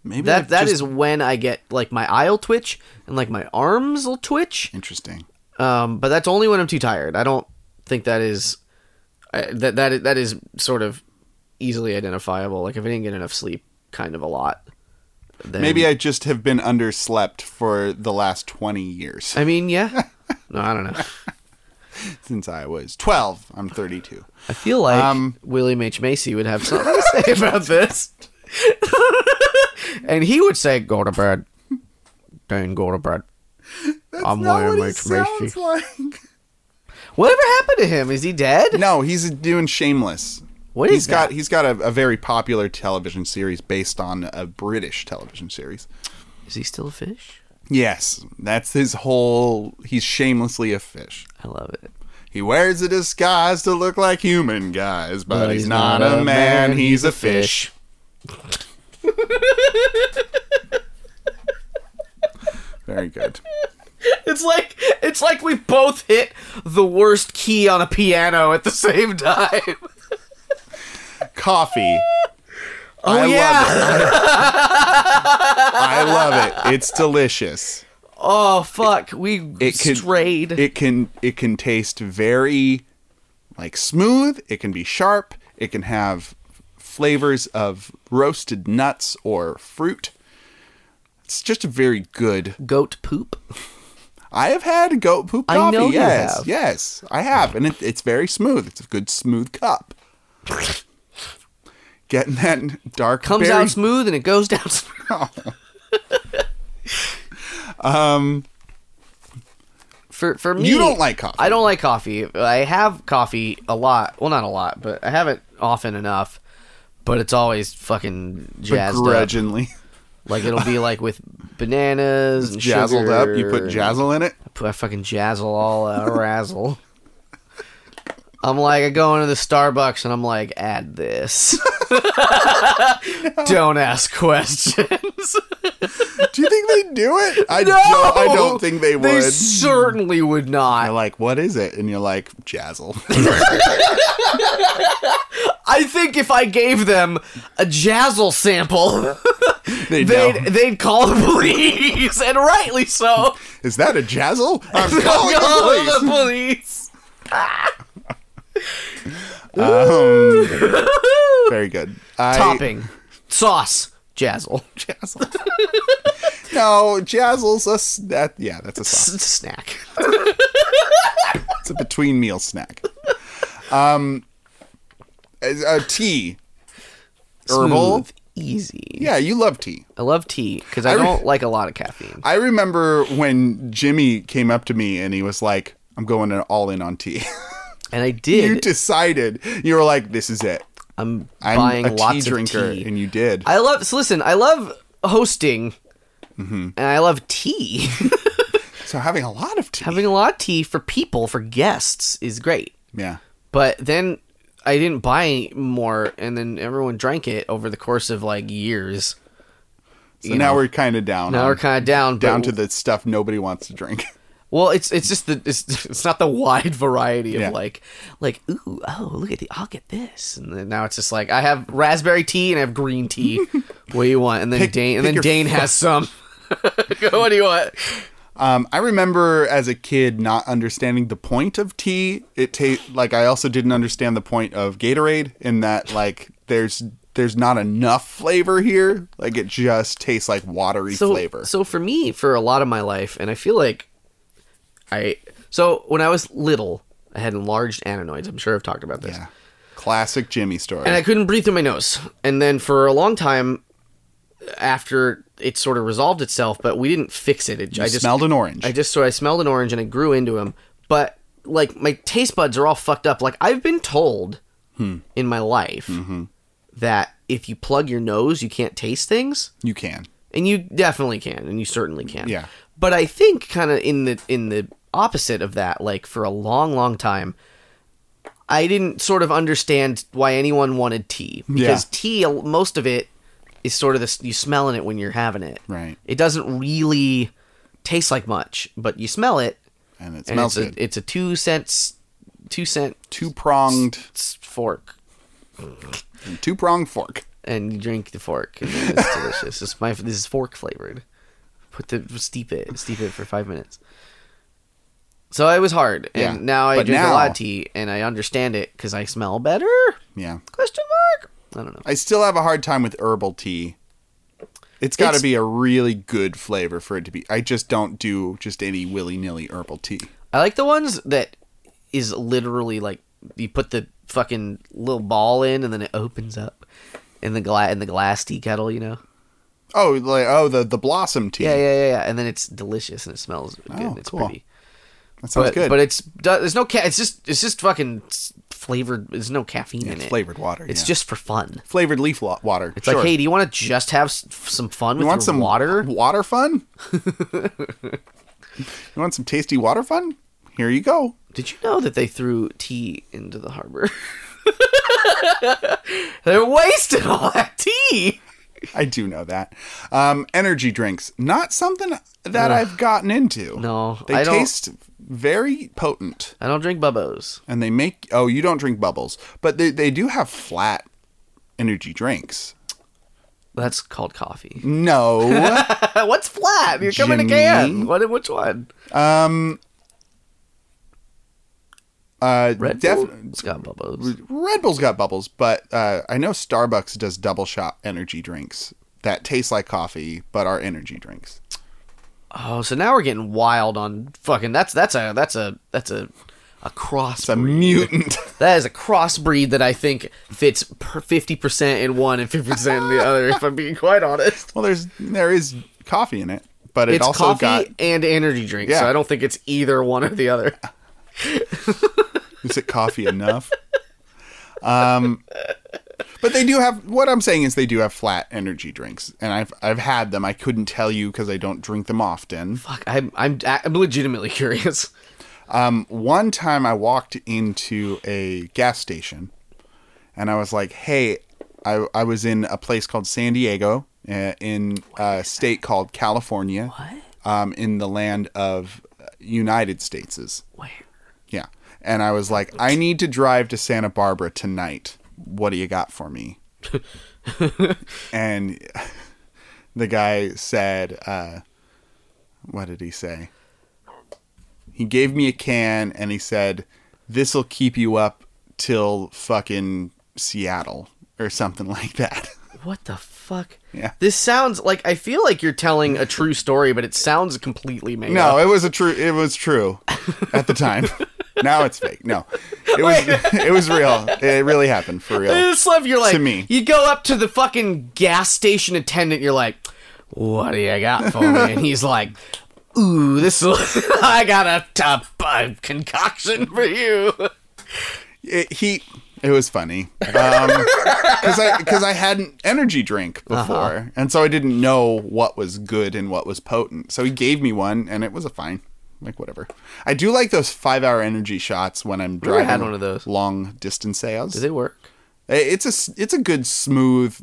[SPEAKER 1] maybe
[SPEAKER 2] That that
[SPEAKER 1] just
[SPEAKER 2] is when I get like my eye will twitch and like my arms will twitch.
[SPEAKER 1] interesting
[SPEAKER 2] Um, but that's only when I'm too tired. I don't think that is uh, that that is, that is sort of easily identifiable. Like if I didn't get enough sleep, kind of a lot. Then,
[SPEAKER 1] Maybe I just have been underslept for the last 20 years
[SPEAKER 2] I mean, yeah. No, I don't know.
[SPEAKER 1] since I was 12. I'm 32.
[SPEAKER 2] I feel like
[SPEAKER 1] Um,
[SPEAKER 2] William H Macy would have something to say about this, and he would say, "Go to bed, Dane. Go to bed." I'm William H Macy.
[SPEAKER 1] like.
[SPEAKER 2] Whatever happened to him? Is he dead?
[SPEAKER 1] No, he's doing Shameless.
[SPEAKER 2] What
[SPEAKER 1] He's
[SPEAKER 2] is that?
[SPEAKER 1] got he's got a, a very popular television series based on a British television series.
[SPEAKER 2] Is he still a fish?
[SPEAKER 1] Yes, that's his whole. He's shamelessly a fish.
[SPEAKER 2] I love it.
[SPEAKER 1] He wears a disguise to look like human guys, but, he's, not, a man. He's a fish. Very good.
[SPEAKER 2] It's like it's like we both hit the worst key on a piano at the same time.
[SPEAKER 1] Coffee. I love
[SPEAKER 2] yeah.
[SPEAKER 1] it. I love it. It's delicious.
[SPEAKER 2] Oh fuck, we
[SPEAKER 1] It can
[SPEAKER 2] strayed.
[SPEAKER 1] It can it can taste very like smooth. It can be sharp. It can have flavors of roasted nuts or fruit. It's just a very good
[SPEAKER 2] Goat poop.
[SPEAKER 1] I have had goat poop
[SPEAKER 2] I
[SPEAKER 1] coffee.
[SPEAKER 2] know you
[SPEAKER 1] yes,
[SPEAKER 2] have.
[SPEAKER 1] yes, I have, and it, it's very smooth. It's a good smooth cup. Getting that dark
[SPEAKER 2] Comes
[SPEAKER 1] berry-
[SPEAKER 2] out smooth and it goes down smooth. For for me,
[SPEAKER 1] Um, You don't like coffee.
[SPEAKER 2] I don't like coffee. I have coffee a lot. Well, not a lot, but I have it often enough. But it's always fucking jazzed up.
[SPEAKER 1] begrudgingly
[SPEAKER 2] Like it'll be like with bananas and
[SPEAKER 1] jazzled
[SPEAKER 2] sugar
[SPEAKER 1] up. You put
[SPEAKER 2] and-
[SPEAKER 1] jazzle in it.
[SPEAKER 2] put I fucking jazzle all uh, razzle. I'm like, I go into the Starbucks and I'm like, add this. Don't ask questions.
[SPEAKER 1] Do you think they do it? I
[SPEAKER 2] no,
[SPEAKER 1] don't. I don't think they would.
[SPEAKER 2] They certainly would
[SPEAKER 1] They're
[SPEAKER 2] not.
[SPEAKER 1] like, what is it? And you're like, jazzle.
[SPEAKER 2] I think if I gave them a jazzle sample,
[SPEAKER 1] they know.
[SPEAKER 2] they'd they'd call the police, and rightly so.
[SPEAKER 1] Is that a jazzle? I'm calling
[SPEAKER 2] Call
[SPEAKER 1] the
[SPEAKER 2] the
[SPEAKER 1] police.
[SPEAKER 2] police.
[SPEAKER 1] Um, Very good. I,
[SPEAKER 2] Topping, sauce, jazzle,
[SPEAKER 1] Jazzle. no, jazzle's a s- that. Yeah, that's a sauce.
[SPEAKER 2] S- snack.
[SPEAKER 1] It's a between meal snack. Um, as a tea, herbal.
[SPEAKER 2] Smooth, easy.
[SPEAKER 1] Yeah, you love tea.
[SPEAKER 2] I love tea because I,
[SPEAKER 1] re-
[SPEAKER 2] don't like a lot of caffeine.
[SPEAKER 1] I remember when Jimmy came up to me and he was like, "I'm going in- all in on tea."
[SPEAKER 2] And I
[SPEAKER 1] you
[SPEAKER 2] did.
[SPEAKER 1] decided. You were like, "This is it.
[SPEAKER 2] I'm,
[SPEAKER 1] I'm
[SPEAKER 2] buying
[SPEAKER 1] a tea
[SPEAKER 2] lots
[SPEAKER 1] drinker,"
[SPEAKER 2] of tea.
[SPEAKER 1] and you did.
[SPEAKER 2] I love. So listen, I love hosting,
[SPEAKER 1] Mm-hmm.
[SPEAKER 2] and I love tea.
[SPEAKER 1] so having a lot of tea.
[SPEAKER 2] Having a lot of tea for people for guests is great.
[SPEAKER 1] yeah.
[SPEAKER 2] But then I didn't buy any more, and then everyone drank it over the course of like years.
[SPEAKER 1] So
[SPEAKER 2] You
[SPEAKER 1] now
[SPEAKER 2] know.
[SPEAKER 1] we're kind of down.
[SPEAKER 2] Now
[SPEAKER 1] on-
[SPEAKER 2] we're kind of down.
[SPEAKER 1] Um, down
[SPEAKER 2] but,
[SPEAKER 1] to the stuff nobody wants to drink.
[SPEAKER 2] Well, it's it's just the it's, it's not the wide variety of
[SPEAKER 1] Yeah.
[SPEAKER 2] like like ooh oh look at the I'll get this and then now it's just like I have raspberry tea and I have green tea. what do you want? And then Dane and
[SPEAKER 1] pick
[SPEAKER 2] then
[SPEAKER 1] your
[SPEAKER 2] Dane has some. Go, what do you want?
[SPEAKER 1] Um, I remember as a kid not understanding the point of tea. It ta- like I also didn't understand the point of Gatorade in that like there's there's not enough flavor here. Like it just tastes like watery
[SPEAKER 2] So
[SPEAKER 1] flavor.
[SPEAKER 2] so for me for a lot of my life and I feel like I so when I was little I had enlarged adenoids. I'm sure I've talked about this.
[SPEAKER 1] yeah. Classic Jimmy story.
[SPEAKER 2] and I couldn't breathe through my nose. And then for a long time after it sort of resolved itself, but we didn't fix it. it I just
[SPEAKER 1] smelled an orange.
[SPEAKER 2] I just so I smelled an orange and I grew into him. But like my taste buds are all fucked up. Like I've been told in my life that if you plug your nose, you can't taste things,
[SPEAKER 1] you can.
[SPEAKER 2] and you definitely can, and you certainly can.
[SPEAKER 1] Yeah.
[SPEAKER 2] But I think kind of in the in the opposite of that, like for a long, long time, I didn't sort of understand why anyone wanted tea because tea, a- most of it is sort of this you smelling it when you're having it.
[SPEAKER 1] Right.
[SPEAKER 2] It doesn't really taste like much, but you smell it.
[SPEAKER 1] And it
[SPEAKER 2] and
[SPEAKER 1] smells
[SPEAKER 2] it's
[SPEAKER 1] good.
[SPEAKER 2] A, it's a two cents, two cent
[SPEAKER 1] Two pronged
[SPEAKER 2] s- fork,
[SPEAKER 1] two pronged fork.
[SPEAKER 2] and you drink the fork. And then it's delicious. It's my this is fork flavored. Put the steep it, steep it for five minutes. So it was hard,
[SPEAKER 1] Yeah,
[SPEAKER 2] and now I
[SPEAKER 1] but
[SPEAKER 2] drink a lot
[SPEAKER 1] now-
[SPEAKER 2] of tea, and I understand it because I smell better.
[SPEAKER 1] Yeah.
[SPEAKER 2] Question mark. I don't know.
[SPEAKER 1] I still have a hard time with herbal tea. It's got to
[SPEAKER 2] It's-
[SPEAKER 1] be a really good flavor for it to be. I just don't do just any willy nilly herbal tea.
[SPEAKER 2] I like the ones that is literally like you put the fucking little ball in and then it opens up in the glass in the glass tea kettle, you know.
[SPEAKER 1] Oh, like oh the the blossom tea.
[SPEAKER 2] Yeah, yeah, yeah, yeah. And then it's delicious and it smells good.
[SPEAKER 1] Oh,
[SPEAKER 2] and it's
[SPEAKER 1] cool.
[SPEAKER 2] pretty.
[SPEAKER 1] That sounds
[SPEAKER 2] But
[SPEAKER 1] good.
[SPEAKER 2] but it's do- there's no ca- it's just it's just fucking s- flavored. There's no caffeine in
[SPEAKER 1] it's
[SPEAKER 2] it.
[SPEAKER 1] flavored water.
[SPEAKER 2] It's
[SPEAKER 1] yeah.
[SPEAKER 2] just for fun.
[SPEAKER 1] flavored leaf lo- water.
[SPEAKER 2] It's like, hey, do you want to just have s- some fun with
[SPEAKER 1] you want
[SPEAKER 2] your
[SPEAKER 1] some
[SPEAKER 2] water?
[SPEAKER 1] Water fun? you want some tasty water fun? Here you go.
[SPEAKER 2] Did you know that they threw tea into the harbor? They're wasting all that tea.
[SPEAKER 1] I do know that. Um, energy drinks, not something that I've gotten into.
[SPEAKER 2] No,
[SPEAKER 1] they
[SPEAKER 2] I don't-
[SPEAKER 1] taste very potent,
[SPEAKER 2] I don't drink bubbos.
[SPEAKER 1] and they make. Oh, you don't drink bubbles, but they they do have flat energy drinks.
[SPEAKER 2] That's called coffee.
[SPEAKER 1] No,
[SPEAKER 2] What's flat? You're coming
[SPEAKER 1] Jimmy?
[SPEAKER 2] again. What? Which one?
[SPEAKER 1] Um, uh,
[SPEAKER 2] Red
[SPEAKER 1] def-
[SPEAKER 2] Bull. It's got bubbos.
[SPEAKER 1] Red Bull's got bubbles, but uh, I know Starbucks does double shot energy drinks that taste like coffee but are energy drinks.
[SPEAKER 2] Oh, so now we're getting wild on fucking. That's that's a that's a that's a a
[SPEAKER 1] A
[SPEAKER 2] crossbreed.
[SPEAKER 1] mutant.
[SPEAKER 2] That is a crossbreed that I think fits fifty percent in one and fifty percent in the other. If I'm being quite honest,
[SPEAKER 1] well, there's there is coffee in it, but it
[SPEAKER 2] it's
[SPEAKER 1] also
[SPEAKER 2] coffee
[SPEAKER 1] got
[SPEAKER 2] and energy drink. So
[SPEAKER 1] Yeah.
[SPEAKER 2] I don't think it's either one or the other.
[SPEAKER 1] Is it coffee enough? Um, but they do have. What I'm saying is they do have flat energy drinks, and I've I've had them. I couldn't tell you because I don't drink them often.
[SPEAKER 2] Fuck, I'm I'm I'm legitimately curious.
[SPEAKER 1] Um, One time I walked into a gas station, and I was like, "Hey, I I was in a place called San Diego uh, in a state called California, um, in the land of uh, United Stateses."
[SPEAKER 2] Where?
[SPEAKER 1] Yeah. And I was like, I need to drive to Santa Barbara tonight. What do you got for me? and the guy said, uh, What did he say? He gave me a can and he said, This'll keep you up till fucking Seattle or something like that.
[SPEAKER 2] What the fuck?
[SPEAKER 1] Yeah.
[SPEAKER 2] This sounds like I feel like you're telling a true story, but it sounds completely made up.
[SPEAKER 1] No, it was a true. It was true at the time. now it's fake. No, it was. It was real. It really happened for real.
[SPEAKER 2] It's love you're like
[SPEAKER 1] To me.
[SPEAKER 2] You go up to the fucking gas station attendant, you're like, What do you got for me? And he's like, Ooh, this I got a top uh, concoction for you.
[SPEAKER 1] it, he it was funny because I because I had an energy drink
[SPEAKER 2] Uh-huh.
[SPEAKER 1] before, and so I didn't know what was good and what was potent. So he gave me one, and it was a fine. Like whatever. I do like those five hour energy shots when I'm
[SPEAKER 2] never
[SPEAKER 1] driving
[SPEAKER 2] had one of those.
[SPEAKER 1] long distance sales.
[SPEAKER 2] Do they work?
[SPEAKER 1] It's a s- it's a good smooth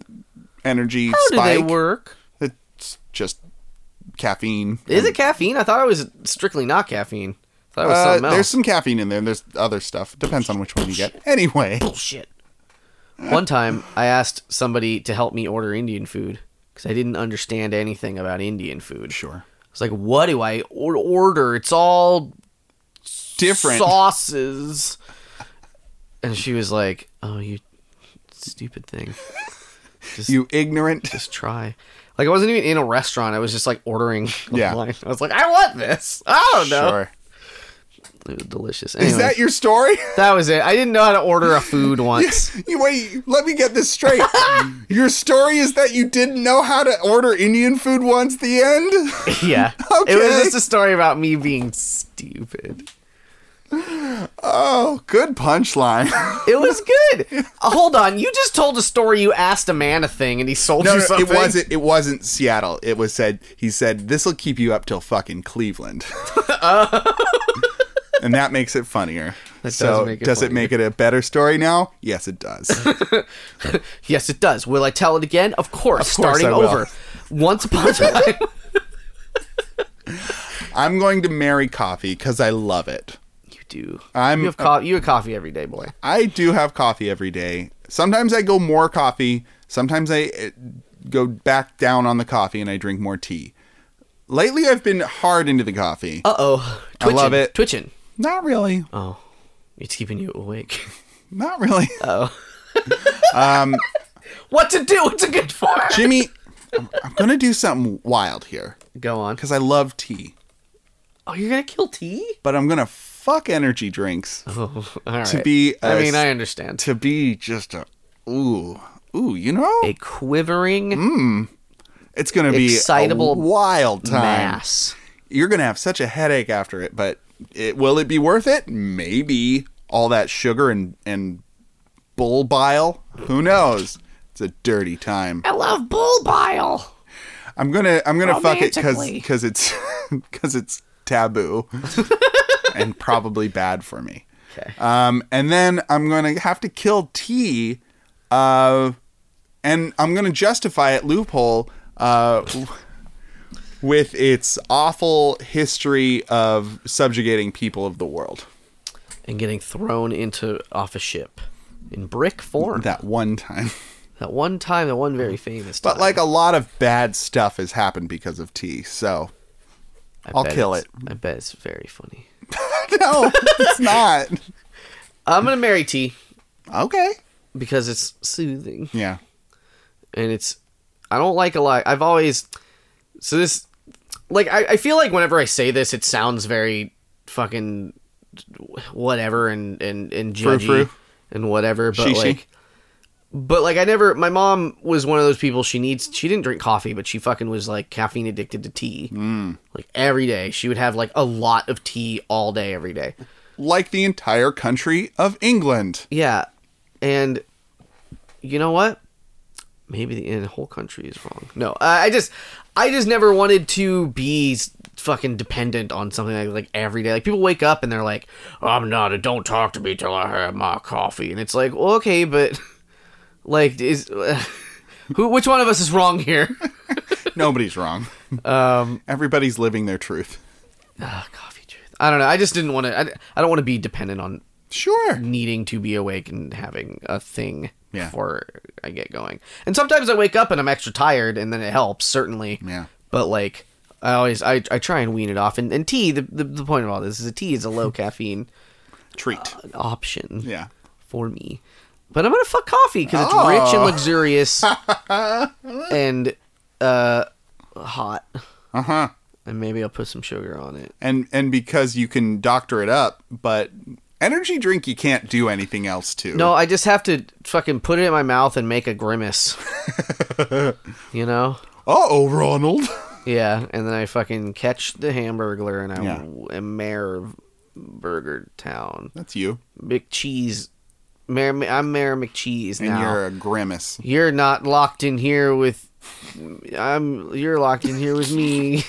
[SPEAKER 1] energy
[SPEAKER 2] How do
[SPEAKER 1] spike.
[SPEAKER 2] they work?
[SPEAKER 1] It's just caffeine.
[SPEAKER 2] Is it caffeine? I thought it was strictly not caffeine. I thought it was
[SPEAKER 1] Uh,
[SPEAKER 2] something else.
[SPEAKER 1] there's some caffeine in there. and There's other stuff. Depends on which one you get. Anyway,
[SPEAKER 2] bullshit. One time, I asked somebody to help me order Indian food because I didn't understand anything about Indian food.
[SPEAKER 1] sure.
[SPEAKER 2] I was like, "What do I or- order? It's all
[SPEAKER 1] Different.
[SPEAKER 2] sauces." And she was like, "Oh, you stupid thing!
[SPEAKER 1] You ignorant.
[SPEAKER 2] Just try." Like I wasn't even in a restaurant. I was just like ordering
[SPEAKER 1] Yeah.
[SPEAKER 2] online. I was like, "I want this. I don't know."
[SPEAKER 1] Sure.
[SPEAKER 2] It was delicious.
[SPEAKER 1] Is
[SPEAKER 2] Anyway,
[SPEAKER 1] that your story?
[SPEAKER 2] that was it. I didn't know how to order a food once.
[SPEAKER 1] you wait, let me get this straight. your story is that you didn't know how to order Indian food once the end?
[SPEAKER 2] Yeah. It
[SPEAKER 1] Okay.
[SPEAKER 2] was just a story about me being stupid.
[SPEAKER 1] Oh, good punchline.
[SPEAKER 2] It was good. Uh, Hold on. You just told a story. You asked a man a thing and he sold
[SPEAKER 1] no,
[SPEAKER 2] you
[SPEAKER 1] no,
[SPEAKER 2] something.
[SPEAKER 1] it wasn't it wasn't Seattle. It was said he said this'll keep you up till fucking Cleveland. and that makes it funnier.
[SPEAKER 2] That does
[SPEAKER 1] so
[SPEAKER 2] make it
[SPEAKER 1] does it
[SPEAKER 2] funnier.
[SPEAKER 1] make it a better story now? Yes, it does.
[SPEAKER 2] Yes, it does. Will I tell it again? Of course.
[SPEAKER 1] course
[SPEAKER 2] starting
[SPEAKER 1] I will.
[SPEAKER 2] over. Once upon a time.
[SPEAKER 1] I'm going to marry coffee because I love it.
[SPEAKER 2] you do.
[SPEAKER 1] I'm-
[SPEAKER 2] you have co- you have coffee every day, boy.
[SPEAKER 1] I do have coffee every day. Sometimes I go more coffee. Sometimes I uh, go back down on the coffee and I drink more tea. Lately, I've been hard into the coffee.
[SPEAKER 2] Uh oh.
[SPEAKER 1] I love it.
[SPEAKER 2] Twitching.
[SPEAKER 1] Not really.
[SPEAKER 2] Oh. It's keeping you awake.
[SPEAKER 1] Not really.
[SPEAKER 2] Oh. what to do. It's a good for.
[SPEAKER 1] Jimmy, I'm, I'm gonna do something wild here
[SPEAKER 2] Go on.
[SPEAKER 1] because I love tea,
[SPEAKER 2] Oh, you're gonna kill T?
[SPEAKER 1] but I'm gonna fuck energy drinks
[SPEAKER 2] Oh, all right.
[SPEAKER 1] to be.
[SPEAKER 2] I
[SPEAKER 1] a-
[SPEAKER 2] mean, I understand.
[SPEAKER 1] to be just a ooh ooh. You know,
[SPEAKER 2] a quivering
[SPEAKER 1] Mm, it's gonna be
[SPEAKER 2] excitable
[SPEAKER 1] a wild time.
[SPEAKER 2] mass.
[SPEAKER 1] You're gonna have such a headache after it, but it will it be worth it? Maybe all that sugar and and bull bile. Who knows? It's a dirty time.
[SPEAKER 2] I love bull bile.
[SPEAKER 1] I'm gonna I'm gonna fuck it because
[SPEAKER 2] Romantically.
[SPEAKER 1] it's because it's taboo and probably bad for me.
[SPEAKER 2] Okay.
[SPEAKER 1] Um, and then I'm gonna have to kill T, uh, and I'm gonna justify it loophole uh, w- with its awful history of subjugating people of the world.
[SPEAKER 2] And getting thrown into off a ship in brick form. That,
[SPEAKER 1] That one time,
[SPEAKER 2] one time, that one very famous time.
[SPEAKER 1] but like a lot of bad stuff has happened because of T. So
[SPEAKER 2] I
[SPEAKER 1] I'll
[SPEAKER 2] bet
[SPEAKER 1] kill
[SPEAKER 2] it's-
[SPEAKER 1] it.
[SPEAKER 2] I bet it's very funny.
[SPEAKER 1] no, it's not
[SPEAKER 2] I'm gonna marry T
[SPEAKER 1] okay.
[SPEAKER 2] because it's soothing.
[SPEAKER 1] Yeah.
[SPEAKER 2] and it's I don't like a lot. I've always so this like I, I feel like whenever I say this, it sounds very fucking whatever and and and
[SPEAKER 1] Frou
[SPEAKER 2] judgy
[SPEAKER 1] frou.
[SPEAKER 2] and whatever. But
[SPEAKER 1] Shishi.
[SPEAKER 2] like, but like I never. My mom was one of those people. She needs. She didn't drink coffee, but she fucking was like caffeine addicted to tea. Mm. Like every day, she would have like a lot of tea all day, every day.
[SPEAKER 1] like the entire country of England.
[SPEAKER 2] Yeah, and you know what? Maybe the, the whole country is wrong. No, uh, I just, I just never wanted to be s- fucking dependent on something like, like every day. Like people wake up and they're like, "I'm not. Don't talk to me till I have my coffee." And it's like, well, okay, but like, is who? Which one of us is wrong here?
[SPEAKER 1] Nobody's wrong.
[SPEAKER 2] Um,
[SPEAKER 1] Everybody's living their truth.
[SPEAKER 2] ah, coffee truth. I don't know. I just didn't want to. I, I don't want to be dependent on
[SPEAKER 1] Sure.
[SPEAKER 2] needing to be awake and having a thing
[SPEAKER 1] Yeah.
[SPEAKER 2] before I get going. And sometimes I wake up and I'm extra tired, and then it helps certainly.
[SPEAKER 1] Yeah.
[SPEAKER 2] But like I always, I, I try and wean it off. And, and tea, the, the the point of all this is a tea is a low caffeine
[SPEAKER 1] Treat.
[SPEAKER 2] option
[SPEAKER 1] Yeah. Oh.
[SPEAKER 2] for me. But I'm gonna fuck coffee because it's rich and luxurious and uh hot.
[SPEAKER 1] Uh huh.
[SPEAKER 2] And maybe I'll put some sugar on it.
[SPEAKER 1] And and because you can doctor it up, but energy drink you can't do anything else to.
[SPEAKER 2] No, I just have to fucking put it in my mouth and make a grimace. you know?
[SPEAKER 1] Uh oh, Ronald.
[SPEAKER 2] Yeah, and then I fucking catch the hamburglar and I
[SPEAKER 1] Yeah.
[SPEAKER 2] w- am mayor of Burger Town.
[SPEAKER 1] That's you.
[SPEAKER 2] McCheese. Mayor, Ma- I'm Mayor McCheese
[SPEAKER 1] And
[SPEAKER 2] now. You're...
[SPEAKER 1] you're a grimace.
[SPEAKER 2] not locked in here with. I'm. You're locked in here with me.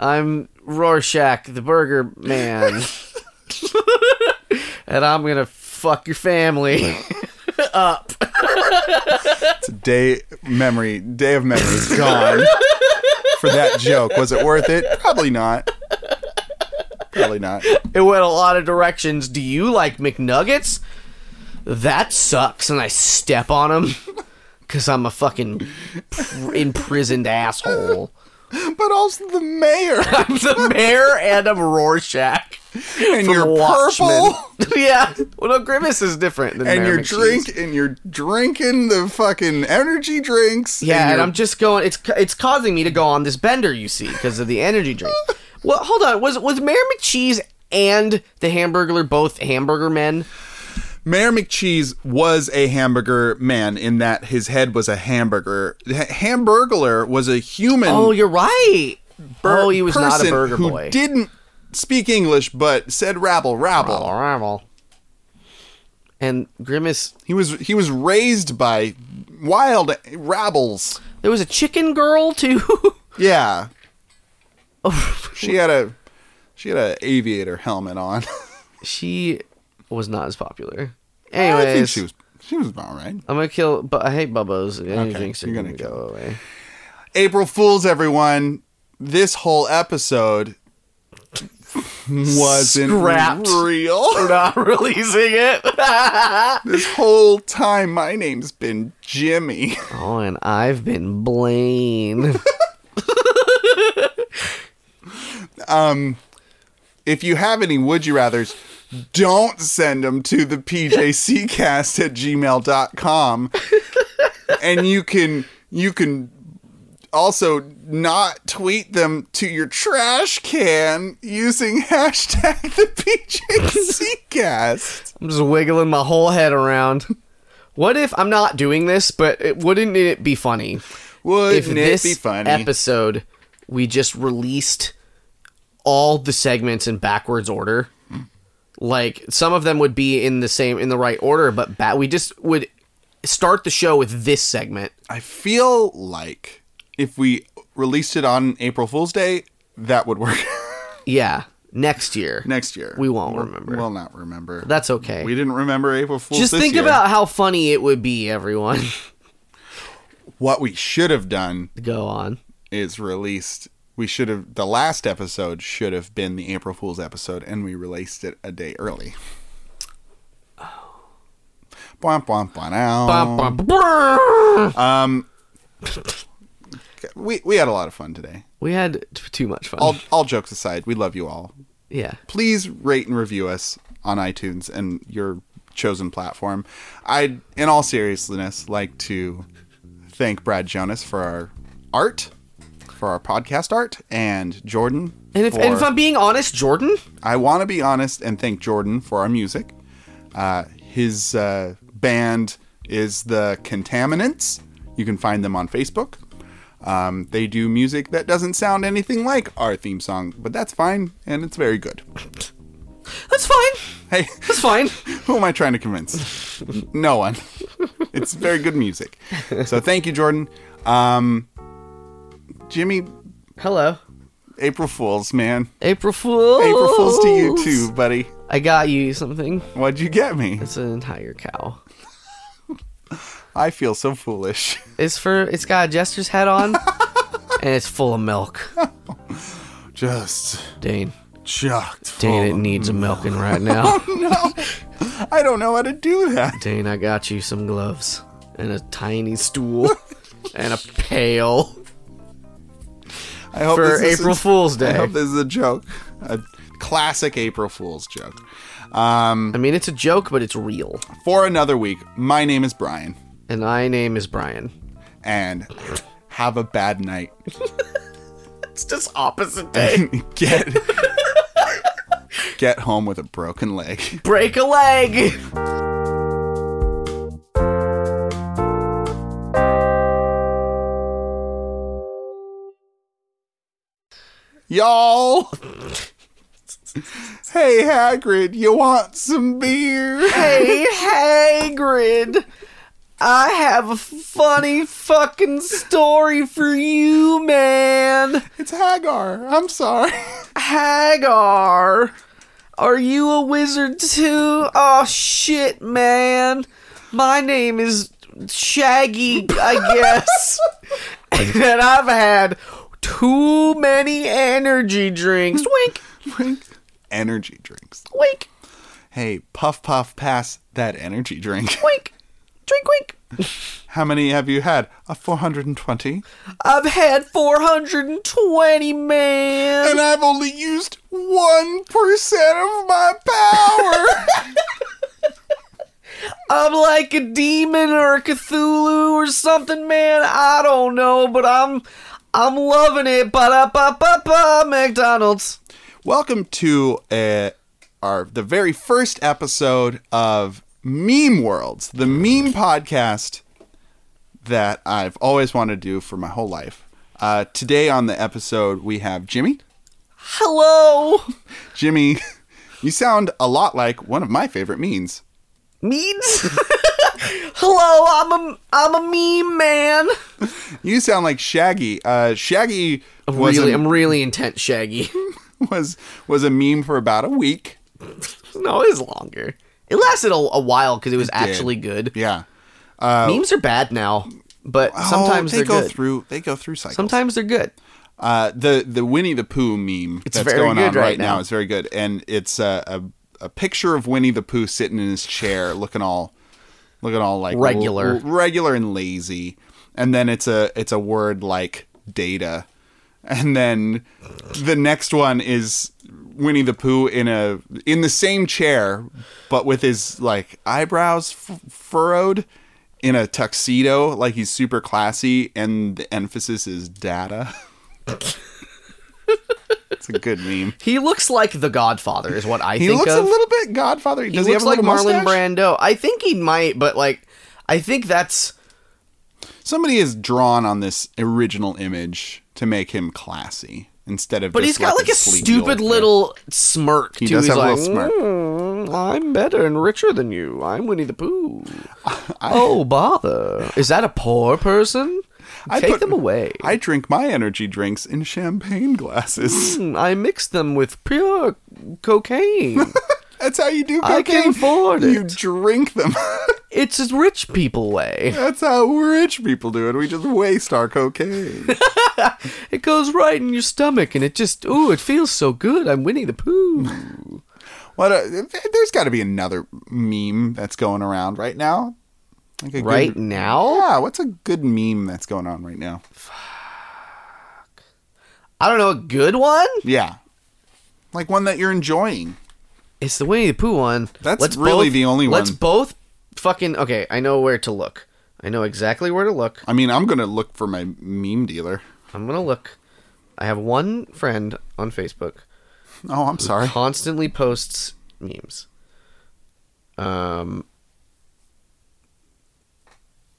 [SPEAKER 2] I'm Rorschach, the Burger Man, and I'm gonna fuck your family.
[SPEAKER 1] It's a day memory. Day of memory is gone. For that joke, was it worth it? Probably not. Probably not.
[SPEAKER 2] It went a lot of directions. Do you like McNuggets? That sucks. And I step on them because I'm a fucking pr- imprisoned asshole.
[SPEAKER 1] But also the mayor
[SPEAKER 2] I'm the mayor and I'm Rorschach.
[SPEAKER 1] and
[SPEAKER 2] from
[SPEAKER 1] your
[SPEAKER 2] Watchmen.
[SPEAKER 1] purple.
[SPEAKER 2] yeah. Well, no, Grimace is different than
[SPEAKER 1] and
[SPEAKER 2] Mayor
[SPEAKER 1] you're
[SPEAKER 2] McCheese.
[SPEAKER 1] drink and you're drinking the fucking energy drinks.
[SPEAKER 2] Yeah, and
[SPEAKER 1] you're-
[SPEAKER 2] I'm just going. It's ca- it's causing me to go on this bender, you see, because of the energy drink. well, hold on. Was was Mayor McCheese and the Hamburglar both hamburger men?
[SPEAKER 1] Mayor McCheese was a hamburger man in that his head was a hamburger. Ha- Hamburglar was a human.
[SPEAKER 2] Oh, you're right.
[SPEAKER 1] bur-
[SPEAKER 2] oh, he was not a
[SPEAKER 1] person
[SPEAKER 2] burger
[SPEAKER 1] who
[SPEAKER 2] boy.
[SPEAKER 1] Didn't speak English, but said rabble rabble.
[SPEAKER 2] Rabble, rabble. Oh, And Grimace,
[SPEAKER 1] He was he was raised by wild rabbles.
[SPEAKER 2] there was a chicken girl too.
[SPEAKER 1] Yeah, she had a she had an aviator helmet on.
[SPEAKER 2] she was not as popular.
[SPEAKER 1] I think
[SPEAKER 2] Anyways,
[SPEAKER 1] she was she was about right.
[SPEAKER 2] I'm gonna kill. But I hate Bubbo's. Any
[SPEAKER 1] Okay,
[SPEAKER 2] drinks are
[SPEAKER 1] you're
[SPEAKER 2] gonna,
[SPEAKER 1] gonna
[SPEAKER 2] go away.
[SPEAKER 1] April Fools, everyone. This whole episode wasn't
[SPEAKER 2] Scrapped.
[SPEAKER 1] real.
[SPEAKER 2] not releasing it.
[SPEAKER 1] This whole time, my name's been Jimmy.
[SPEAKER 2] oh, and I've been Blaine.
[SPEAKER 1] If you have any would you rathers, don't send them to the pjccast at gmail.com. and you can you can also not tweet them to your trash can using hashtag the PJCcast.
[SPEAKER 2] I'm just wiggling my whole head around. What if I'm not doing this, but it, wouldn't it be funny
[SPEAKER 1] Wouldn't
[SPEAKER 2] if this
[SPEAKER 1] it be funny?
[SPEAKER 2] episode we just released all the segments in backwards order? Like some of them would be in the same in the right order, but ba- we just would start the show with this segment.
[SPEAKER 1] I feel like if we released it on April Fool's Day, that would work
[SPEAKER 2] Yeah, next year.
[SPEAKER 1] next year.
[SPEAKER 2] We won't remember.
[SPEAKER 1] We'll not remember.
[SPEAKER 2] That's okay.
[SPEAKER 1] we didn't remember April Fool's.
[SPEAKER 2] just
[SPEAKER 1] this
[SPEAKER 2] think
[SPEAKER 1] year.
[SPEAKER 2] about how funny it would be, everyone.
[SPEAKER 1] what we should have done
[SPEAKER 2] Go on.
[SPEAKER 1] is released. We should have the last episode should have been the April Fool's episode, and we released it a day early.
[SPEAKER 2] Oh.
[SPEAKER 1] Bwomp, bwomp, bwomp,
[SPEAKER 2] Bum, bum, brrr.
[SPEAKER 1] We we had a lot of fun today.
[SPEAKER 2] We had t- too much fun.
[SPEAKER 1] All all jokes aside, we love you all.
[SPEAKER 2] yeah.
[SPEAKER 1] Please rate and review us on iTunes and your chosen platform. I'd, in all seriousness, like to thank Brad Jonas for our art, for our podcast art, and Jordan.
[SPEAKER 2] And if,
[SPEAKER 1] for,
[SPEAKER 2] and if I'm being honest, Jordan,
[SPEAKER 1] I want to be honest and thank Jordan for our music. Uh, his uh, band is the Contaminants. You can find them on Facebook. Um, they do music that doesn't sound anything like our theme song, but that's fine, and it's very good.
[SPEAKER 2] that's fine.
[SPEAKER 1] Hey,
[SPEAKER 2] That's fine.
[SPEAKER 1] who am I trying to convince? No one. It's very good music. So thank you, Jordan. Um, Jimmy,
[SPEAKER 2] Hello.
[SPEAKER 1] April Fools, man.
[SPEAKER 2] April Fool's.
[SPEAKER 1] April Fools to you too, buddy.
[SPEAKER 2] I got you something.
[SPEAKER 1] What'd you get me?
[SPEAKER 2] It's an entire cow.
[SPEAKER 1] I feel so foolish.
[SPEAKER 2] It's for, it's got a jester's hat on, and it's full of milk.
[SPEAKER 1] Just
[SPEAKER 2] Dane,
[SPEAKER 1] chucked.
[SPEAKER 2] Dane,
[SPEAKER 1] full
[SPEAKER 2] it
[SPEAKER 1] of-
[SPEAKER 2] needs a milking right now.
[SPEAKER 1] No, I don't know how to do that.
[SPEAKER 2] Dane, I got you some gloves, and a tiny stool, and a pail
[SPEAKER 1] I hope
[SPEAKER 2] for
[SPEAKER 1] this
[SPEAKER 2] April
[SPEAKER 1] isn't-
[SPEAKER 2] Fool's
[SPEAKER 1] I
[SPEAKER 2] Day.
[SPEAKER 1] hope this is a joke, a classic April Fool's joke. Um,
[SPEAKER 2] I mean, it's a joke, but it's real.
[SPEAKER 1] for another week, my name is Brian,
[SPEAKER 2] And my name is Brian.
[SPEAKER 1] and have a bad night.
[SPEAKER 2] It's just opposite day.
[SPEAKER 1] get get home with a broken leg.
[SPEAKER 2] Break a leg.
[SPEAKER 1] Y'all. Hey Hagrid, you want some beer?
[SPEAKER 2] Hey, Hagrid, I have a funny fucking story for you, man.
[SPEAKER 1] It's Hagar. I'm sorry.
[SPEAKER 2] Hagar, are you a wizard too? Oh, shit, man. My name is Shaggy, I guess. and I've had too many energy drinks. Wink,
[SPEAKER 1] Drink energy drinks.
[SPEAKER 2] wink,
[SPEAKER 1] Hey, puff puff pass that energy drink.
[SPEAKER 2] wink. Drink, wink.
[SPEAKER 1] How many have you had? A 420.
[SPEAKER 2] I've had 420, man.
[SPEAKER 1] And I've only used 1% of my power.
[SPEAKER 2] I'm like a demon or a Cthulhu or something, man. I don't know, but I'm I'm loving it. Ba da ba ba ba McDonald's.
[SPEAKER 1] Welcome to uh, our the very first episode of Meme Worlds, the meme podcast that I've always wanted to do for my whole life. Uh, today on the episode we have Jimmy.
[SPEAKER 2] Hello.
[SPEAKER 1] Jimmy, you sound a lot like one of my favorite memes.
[SPEAKER 2] Means Hello, I'm a I'm a meme man.
[SPEAKER 1] You sound like Shaggy. Uh, Shaggy was
[SPEAKER 2] Really,
[SPEAKER 1] a,
[SPEAKER 2] I'm really intense, Shaggy.
[SPEAKER 1] was was a meme for about a week.
[SPEAKER 2] no, it was longer. It lasted a, a while because it was actually good.
[SPEAKER 1] Yeah. Uh,
[SPEAKER 2] Memes are bad now, but
[SPEAKER 1] Oh,
[SPEAKER 2] sometimes
[SPEAKER 1] they
[SPEAKER 2] they're
[SPEAKER 1] go
[SPEAKER 2] good.
[SPEAKER 1] through they go through cycles.
[SPEAKER 2] Sometimes they're good.
[SPEAKER 1] Uh, the the Winnie the Pooh meme that's
[SPEAKER 2] very
[SPEAKER 1] going
[SPEAKER 2] good
[SPEAKER 1] on right,
[SPEAKER 2] right
[SPEAKER 1] now.
[SPEAKER 2] now.
[SPEAKER 1] is very good, and it's a, a a picture of Winnie the Pooh sitting in his chair, looking all looking all like
[SPEAKER 2] Regular.
[SPEAKER 1] l- regular and lazy, and then it's a it's a word like data, and then the next one is Winnie the Pooh in a in the same chair, but with his like eyebrows f- furrowed in a tuxedo, like he's super classy, and the emphasis is data. it's a good meme.
[SPEAKER 2] He looks like the Godfather, is what I
[SPEAKER 1] He
[SPEAKER 2] think
[SPEAKER 1] looks
[SPEAKER 2] of.
[SPEAKER 1] a little bit Godfather. Does
[SPEAKER 2] he
[SPEAKER 1] he, have
[SPEAKER 2] looks
[SPEAKER 1] a
[SPEAKER 2] like
[SPEAKER 1] little
[SPEAKER 2] Marlon
[SPEAKER 1] mustache?
[SPEAKER 2] Brando. I think he might, but like, I think that's
[SPEAKER 1] Somebody has drawn on this original image to make him classy instead of.
[SPEAKER 2] But
[SPEAKER 1] just
[SPEAKER 2] he's got like a
[SPEAKER 1] sleek
[SPEAKER 2] stupid
[SPEAKER 1] old-
[SPEAKER 2] little smirk
[SPEAKER 1] He
[SPEAKER 2] too.
[SPEAKER 1] does
[SPEAKER 2] he's
[SPEAKER 1] have a
[SPEAKER 2] like,
[SPEAKER 1] little smirk.
[SPEAKER 2] "Mm, I'm better and richer than you. I'm Winnie the Pooh. oh bother! Is that a poor person?
[SPEAKER 1] I
[SPEAKER 2] Take
[SPEAKER 1] put-
[SPEAKER 2] them away.
[SPEAKER 1] I drink my energy drinks in champagne glasses.
[SPEAKER 2] Mm, I mix them with pure cocaine.
[SPEAKER 1] That's how you do cocaine.
[SPEAKER 2] I can afford
[SPEAKER 1] You
[SPEAKER 2] it.
[SPEAKER 1] drink them.
[SPEAKER 2] it's a rich people way.
[SPEAKER 1] That's how rich people do it. We just waste our cocaine.
[SPEAKER 2] It goes right in your stomach, and it just ooh, it feels so good. I'm Winnie the Pooh.
[SPEAKER 1] What? A, th- there's got to be another meme that's going around right now. Like a good-
[SPEAKER 2] right now,
[SPEAKER 1] yeah. What's a good meme that's going on right now?
[SPEAKER 2] I don't know a good one.
[SPEAKER 1] Yeah, like one that you're enjoying.
[SPEAKER 2] It's the Winnie the Pooh one.
[SPEAKER 1] That's really the only
[SPEAKER 2] Let's
[SPEAKER 1] one.
[SPEAKER 2] both fucking okay. I know where to look. I know exactly where to look.
[SPEAKER 1] I mean, I'm gonna look for my meme dealer.
[SPEAKER 2] I'm gonna look. I have one friend on Facebook
[SPEAKER 1] Oh, I'm sorry.
[SPEAKER 2] constantly posts memes. Um.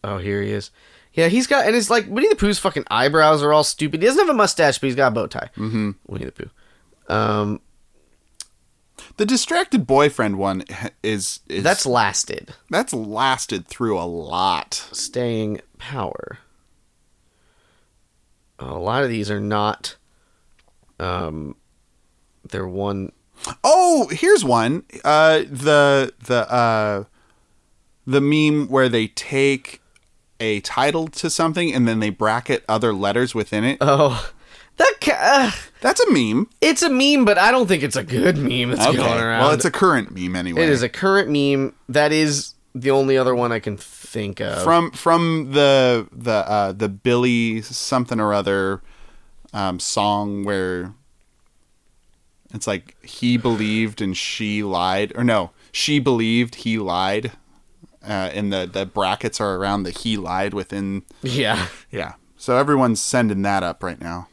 [SPEAKER 2] Oh, here he is. Yeah, he's got, and it's like Winnie the Pooh's fucking eyebrows are all stupid. He doesn't have a mustache, but he's got a bow tie. Mm-hmm. Winnie the Pooh. Um,
[SPEAKER 1] The distracted boyfriend one is is
[SPEAKER 2] that's lasted.
[SPEAKER 1] that's lasted through a lot.
[SPEAKER 2] staying power. A lot of these are not. Um, they're one.
[SPEAKER 1] Oh, here's one. Uh, the the uh, the meme where they take a title to something and then they bracket other letters within it.
[SPEAKER 2] Oh, that ca- uh,
[SPEAKER 1] That's a meme.
[SPEAKER 2] it's a meme, but I don't think it's a good meme that's going around.
[SPEAKER 1] Well, it's a current meme anyway.
[SPEAKER 2] It is a current meme. That is the only other one I can think of.
[SPEAKER 1] from from the the uh, the Billy something or other um, song where it's like he believed and she lied, or no, she believed he lied, uh, and the the brackets are around the he lied within.
[SPEAKER 2] yeah,
[SPEAKER 1] Yeah, so everyone's sending that up right now.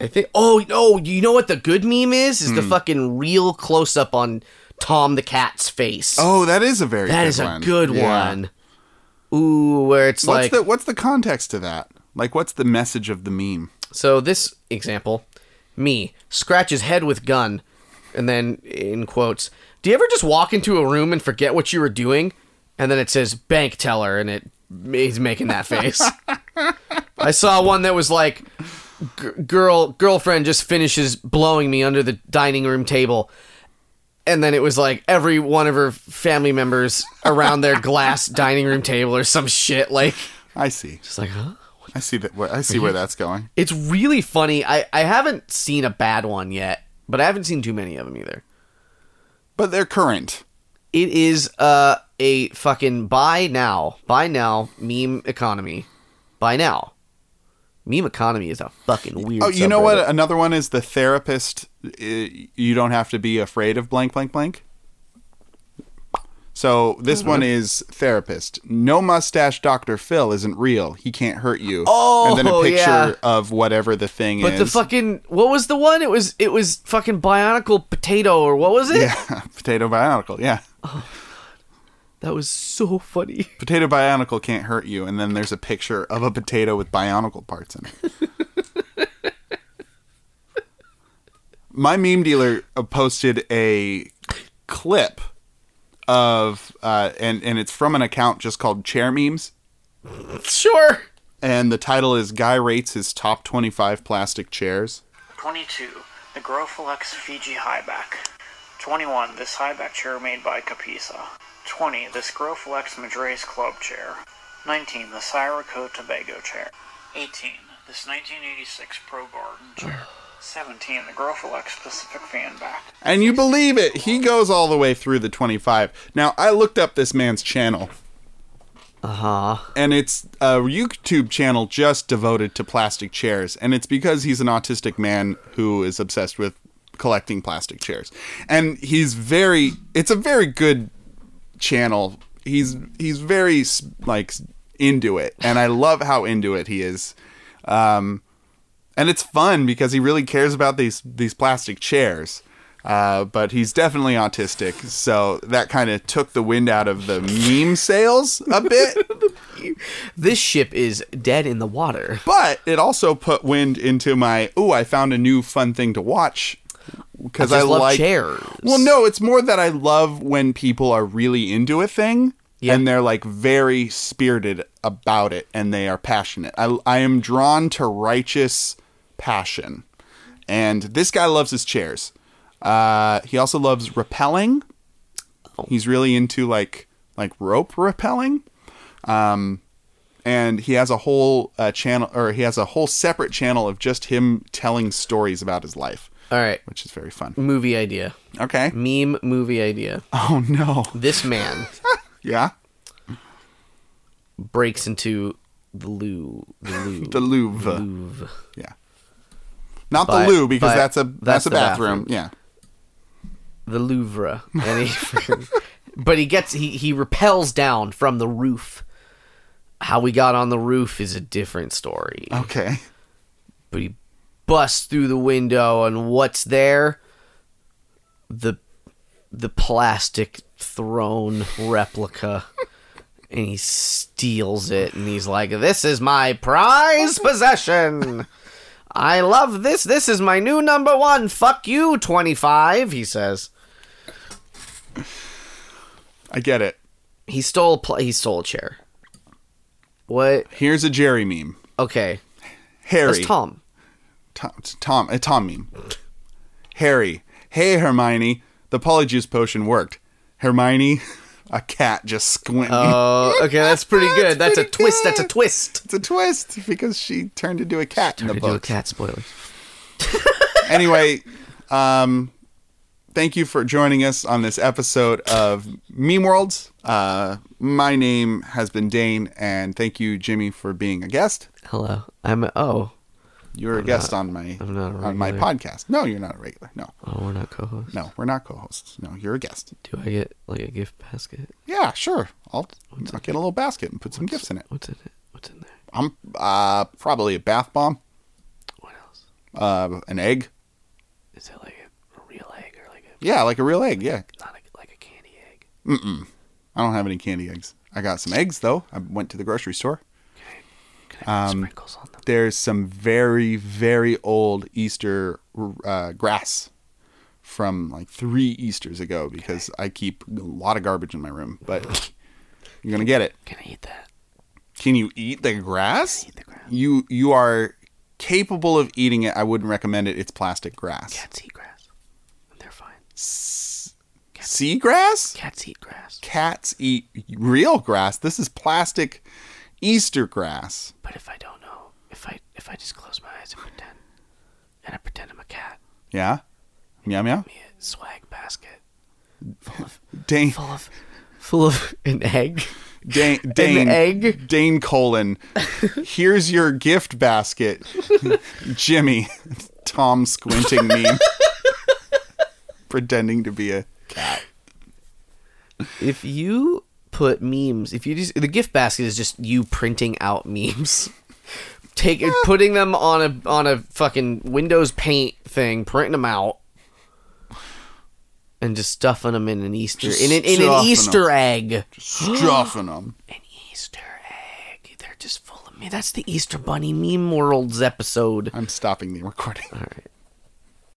[SPEAKER 2] I think. Oh, oh, you know what the good meme is? Is the
[SPEAKER 1] Hmm.
[SPEAKER 2] fucking real close up on Tom the cat's face.
[SPEAKER 1] Oh, that is a very
[SPEAKER 2] that
[SPEAKER 1] good
[SPEAKER 2] is a
[SPEAKER 1] one.
[SPEAKER 2] good
[SPEAKER 1] Yeah.
[SPEAKER 2] one. Ooh, where it's
[SPEAKER 1] What's
[SPEAKER 2] like
[SPEAKER 1] the what's the context to that? Like, what's the message of the meme?
[SPEAKER 2] So this example, me scratches head with gun, and then in quotes. Do you ever just walk into a room and forget what you were doing, and then it says bank teller, and it he's making that face. I saw one that was like, "G- girl girlfriend just finishes blowing me under the dining room table. And then it was like every one of her family members around their glass dining room table or some shit. Like,
[SPEAKER 1] I see.
[SPEAKER 2] just like, huh?
[SPEAKER 1] I see that. I see where that's going.
[SPEAKER 2] It's really funny. I, I haven't seen a bad one yet, but I haven't seen too many of them either.
[SPEAKER 1] But they're current.
[SPEAKER 2] It is uh, a fucking buy now, buy now meme economy. Buy now. Meme economy is a fucking weird.
[SPEAKER 1] Oh, you know
[SPEAKER 2] subreddit.
[SPEAKER 1] what? Another one is the therapist. uh, You don't have to be afraid of blank, blank, blank. So this one
[SPEAKER 2] Mm-hmm.
[SPEAKER 1] is therapist. No mustache, Doctor Phil isn't real. He can't hurt you.
[SPEAKER 2] Oh,
[SPEAKER 1] and then a
[SPEAKER 2] yeah.
[SPEAKER 1] picture of whatever the thing
[SPEAKER 2] But
[SPEAKER 1] is.
[SPEAKER 2] the fucking what was the one? It was it was fucking bionicle potato or what was it?
[SPEAKER 1] yeah, potato bionicle. Yeah,
[SPEAKER 2] That was so funny.
[SPEAKER 1] potato bionicle can't hurt you. And then there's a picture of a potato with bionicle parts in it. My meme dealer uh, posted a clip of uh, and and it's from an account just called Chair Memes,
[SPEAKER 2] Sure.
[SPEAKER 1] and the title is "Guy rates his top 25 plastic chairs."
[SPEAKER 3] 22. The Goroflex Fiji Highback. 21. This highback chair made by Capisa. 20. This Goroflex Madres Club Chair. 19. The Syraco Tobago Chair. 18. This 1986 Pro Garden Chair. 17. The Goroflex Pacific Fan Back.
[SPEAKER 1] And you believe it, he goes all the way through the 25. Now I looked up this man's channel,
[SPEAKER 2] Uh huh.
[SPEAKER 1] and it's a YouTube channel just devoted to plastic chairs, and it's because he's an autistic man who is obsessed with collecting plastic chairs, and he's very. It's a very good channel. he's he's very s- like s- into it, and I love how into it he is. Um, and it's fun because he really cares about these these plastic chairs. Uh, but he's definitely autistic, so that kind of took the wind out of the meme sales a bit.
[SPEAKER 2] This ship is dead in the water.
[SPEAKER 1] But it also put wind into my oh, I found a new fun thing to watch because I,
[SPEAKER 2] just love
[SPEAKER 1] like
[SPEAKER 2] chairs.
[SPEAKER 1] Well, no, it's more that I love when people are really into a thing
[SPEAKER 2] Yeah.
[SPEAKER 1] and they're like very spirited about it and they are passionate. I I am drawn to righteous passion, and this guy loves his chairs. Uh, he also loves rappelling. He's really into like like rope rappelling and he has a whole uh, channel or he has a whole separate channel of just him telling stories about his life
[SPEAKER 2] All right,
[SPEAKER 1] which is very fun
[SPEAKER 2] movie idea.
[SPEAKER 1] okay
[SPEAKER 2] Meme movie idea.
[SPEAKER 1] oh no
[SPEAKER 2] This man
[SPEAKER 1] yeah
[SPEAKER 2] breaks into the loo. The loo.
[SPEAKER 1] the louvre
[SPEAKER 2] Louvre.
[SPEAKER 1] yeah not
[SPEAKER 2] But-
[SPEAKER 1] the loo because
[SPEAKER 2] but
[SPEAKER 1] that's a that's,
[SPEAKER 2] that's
[SPEAKER 1] a
[SPEAKER 2] the
[SPEAKER 1] bathroom. yeah
[SPEAKER 2] the Louvre, and he, but he gets he he repels down from the roof. How we got on the roof is a different story.
[SPEAKER 1] okay
[SPEAKER 2] But he busts through the window, and what's there? The the plastic throne replica, and he steals it, and he's like, "This is my prize possession." I love this. This is my new number one. Fuck you, 25, he says.
[SPEAKER 1] i get it
[SPEAKER 2] He stole a pl- he stole a chair. What?
[SPEAKER 1] here's a jerry meme
[SPEAKER 2] Okay,
[SPEAKER 1] harry
[SPEAKER 2] that's Tom.
[SPEAKER 1] tom tom, a tom meme harry hey hermione the polyjuice potion worked hermione a cat just squinting
[SPEAKER 2] Oh, okay, that's pretty good. That's,
[SPEAKER 1] pretty
[SPEAKER 2] a twist. That's a
[SPEAKER 1] good.
[SPEAKER 2] twist.
[SPEAKER 1] it's a twist because she turned into a cat in the
[SPEAKER 2] Turned into a
[SPEAKER 1] book
[SPEAKER 2] cat spoiler.
[SPEAKER 1] anyway, um, thank you for joining us on this episode of Meme Worlds. Uh, my name has been Dane, and thank you, Jimmy, for being a guest.
[SPEAKER 2] Hello, I'm. Oh,
[SPEAKER 1] You're a guest on my
[SPEAKER 2] I'm not a
[SPEAKER 1] on my
[SPEAKER 2] regular.
[SPEAKER 1] podcast. No, you're not a regular. No,
[SPEAKER 2] oh, we're not co-hosts.
[SPEAKER 1] no, we're not co-hosts. No, you're a guest.
[SPEAKER 2] Do I get like a gift basket?
[SPEAKER 1] Yeah, sure. I'll, I'll get a little basket and put some gifts in it.
[SPEAKER 2] What's in it? What's in there?
[SPEAKER 1] I'm uh, probably a bath bomb,
[SPEAKER 2] What else?
[SPEAKER 1] uh, an egg.
[SPEAKER 2] Is it like a, a real egg or like a
[SPEAKER 1] Yeah, like a real egg. Yeah,
[SPEAKER 2] not a, like a candy egg?
[SPEAKER 1] I don't have any candy eggs. I got some eggs though. I went to the grocery store.
[SPEAKER 2] Can I put sprinkles on them?
[SPEAKER 1] there's some very very old Easter uh, grass from like three Easters ago because I keep a lot of garbage in my room, but you're gonna get it.
[SPEAKER 2] Can I eat that?
[SPEAKER 1] Can you eat the grass?
[SPEAKER 2] Eat the grass.
[SPEAKER 1] You you are capable of eating it. I wouldn't recommend it. It's plastic grass.
[SPEAKER 2] Cats eat grass. And they're fine.
[SPEAKER 1] S- seagrass.
[SPEAKER 2] Cats eat grass.
[SPEAKER 1] Cats eat real grass. This is plastic Easter grass.
[SPEAKER 2] But if I don't know, if I if I just close my eyes and pretend, and I pretend I'm a cat,
[SPEAKER 1] Yeah. Meow meow.
[SPEAKER 2] me a swag basket
[SPEAKER 1] Dang.
[SPEAKER 2] full of full of an egg.
[SPEAKER 1] Dane, Dane,
[SPEAKER 2] egg?
[SPEAKER 1] Dane colon. Here's your gift basket, Jimmy. Tom squinting meme, pretending to be a cat.
[SPEAKER 2] If you put memes, if you just the gift basket is just you printing out memes. Take putting them on a on a fucking Windows Paint thing, printing them out, and just stuffing them in an Easter
[SPEAKER 1] Just
[SPEAKER 2] in an, in an
[SPEAKER 1] stuffing 'em.
[SPEAKER 2] Easter egg.
[SPEAKER 1] Stuffing them.
[SPEAKER 2] An Easter egg. They're just full of me. That's the Easter Bunny meme worlds episode.
[SPEAKER 1] I'm stopping the recording.
[SPEAKER 2] All right.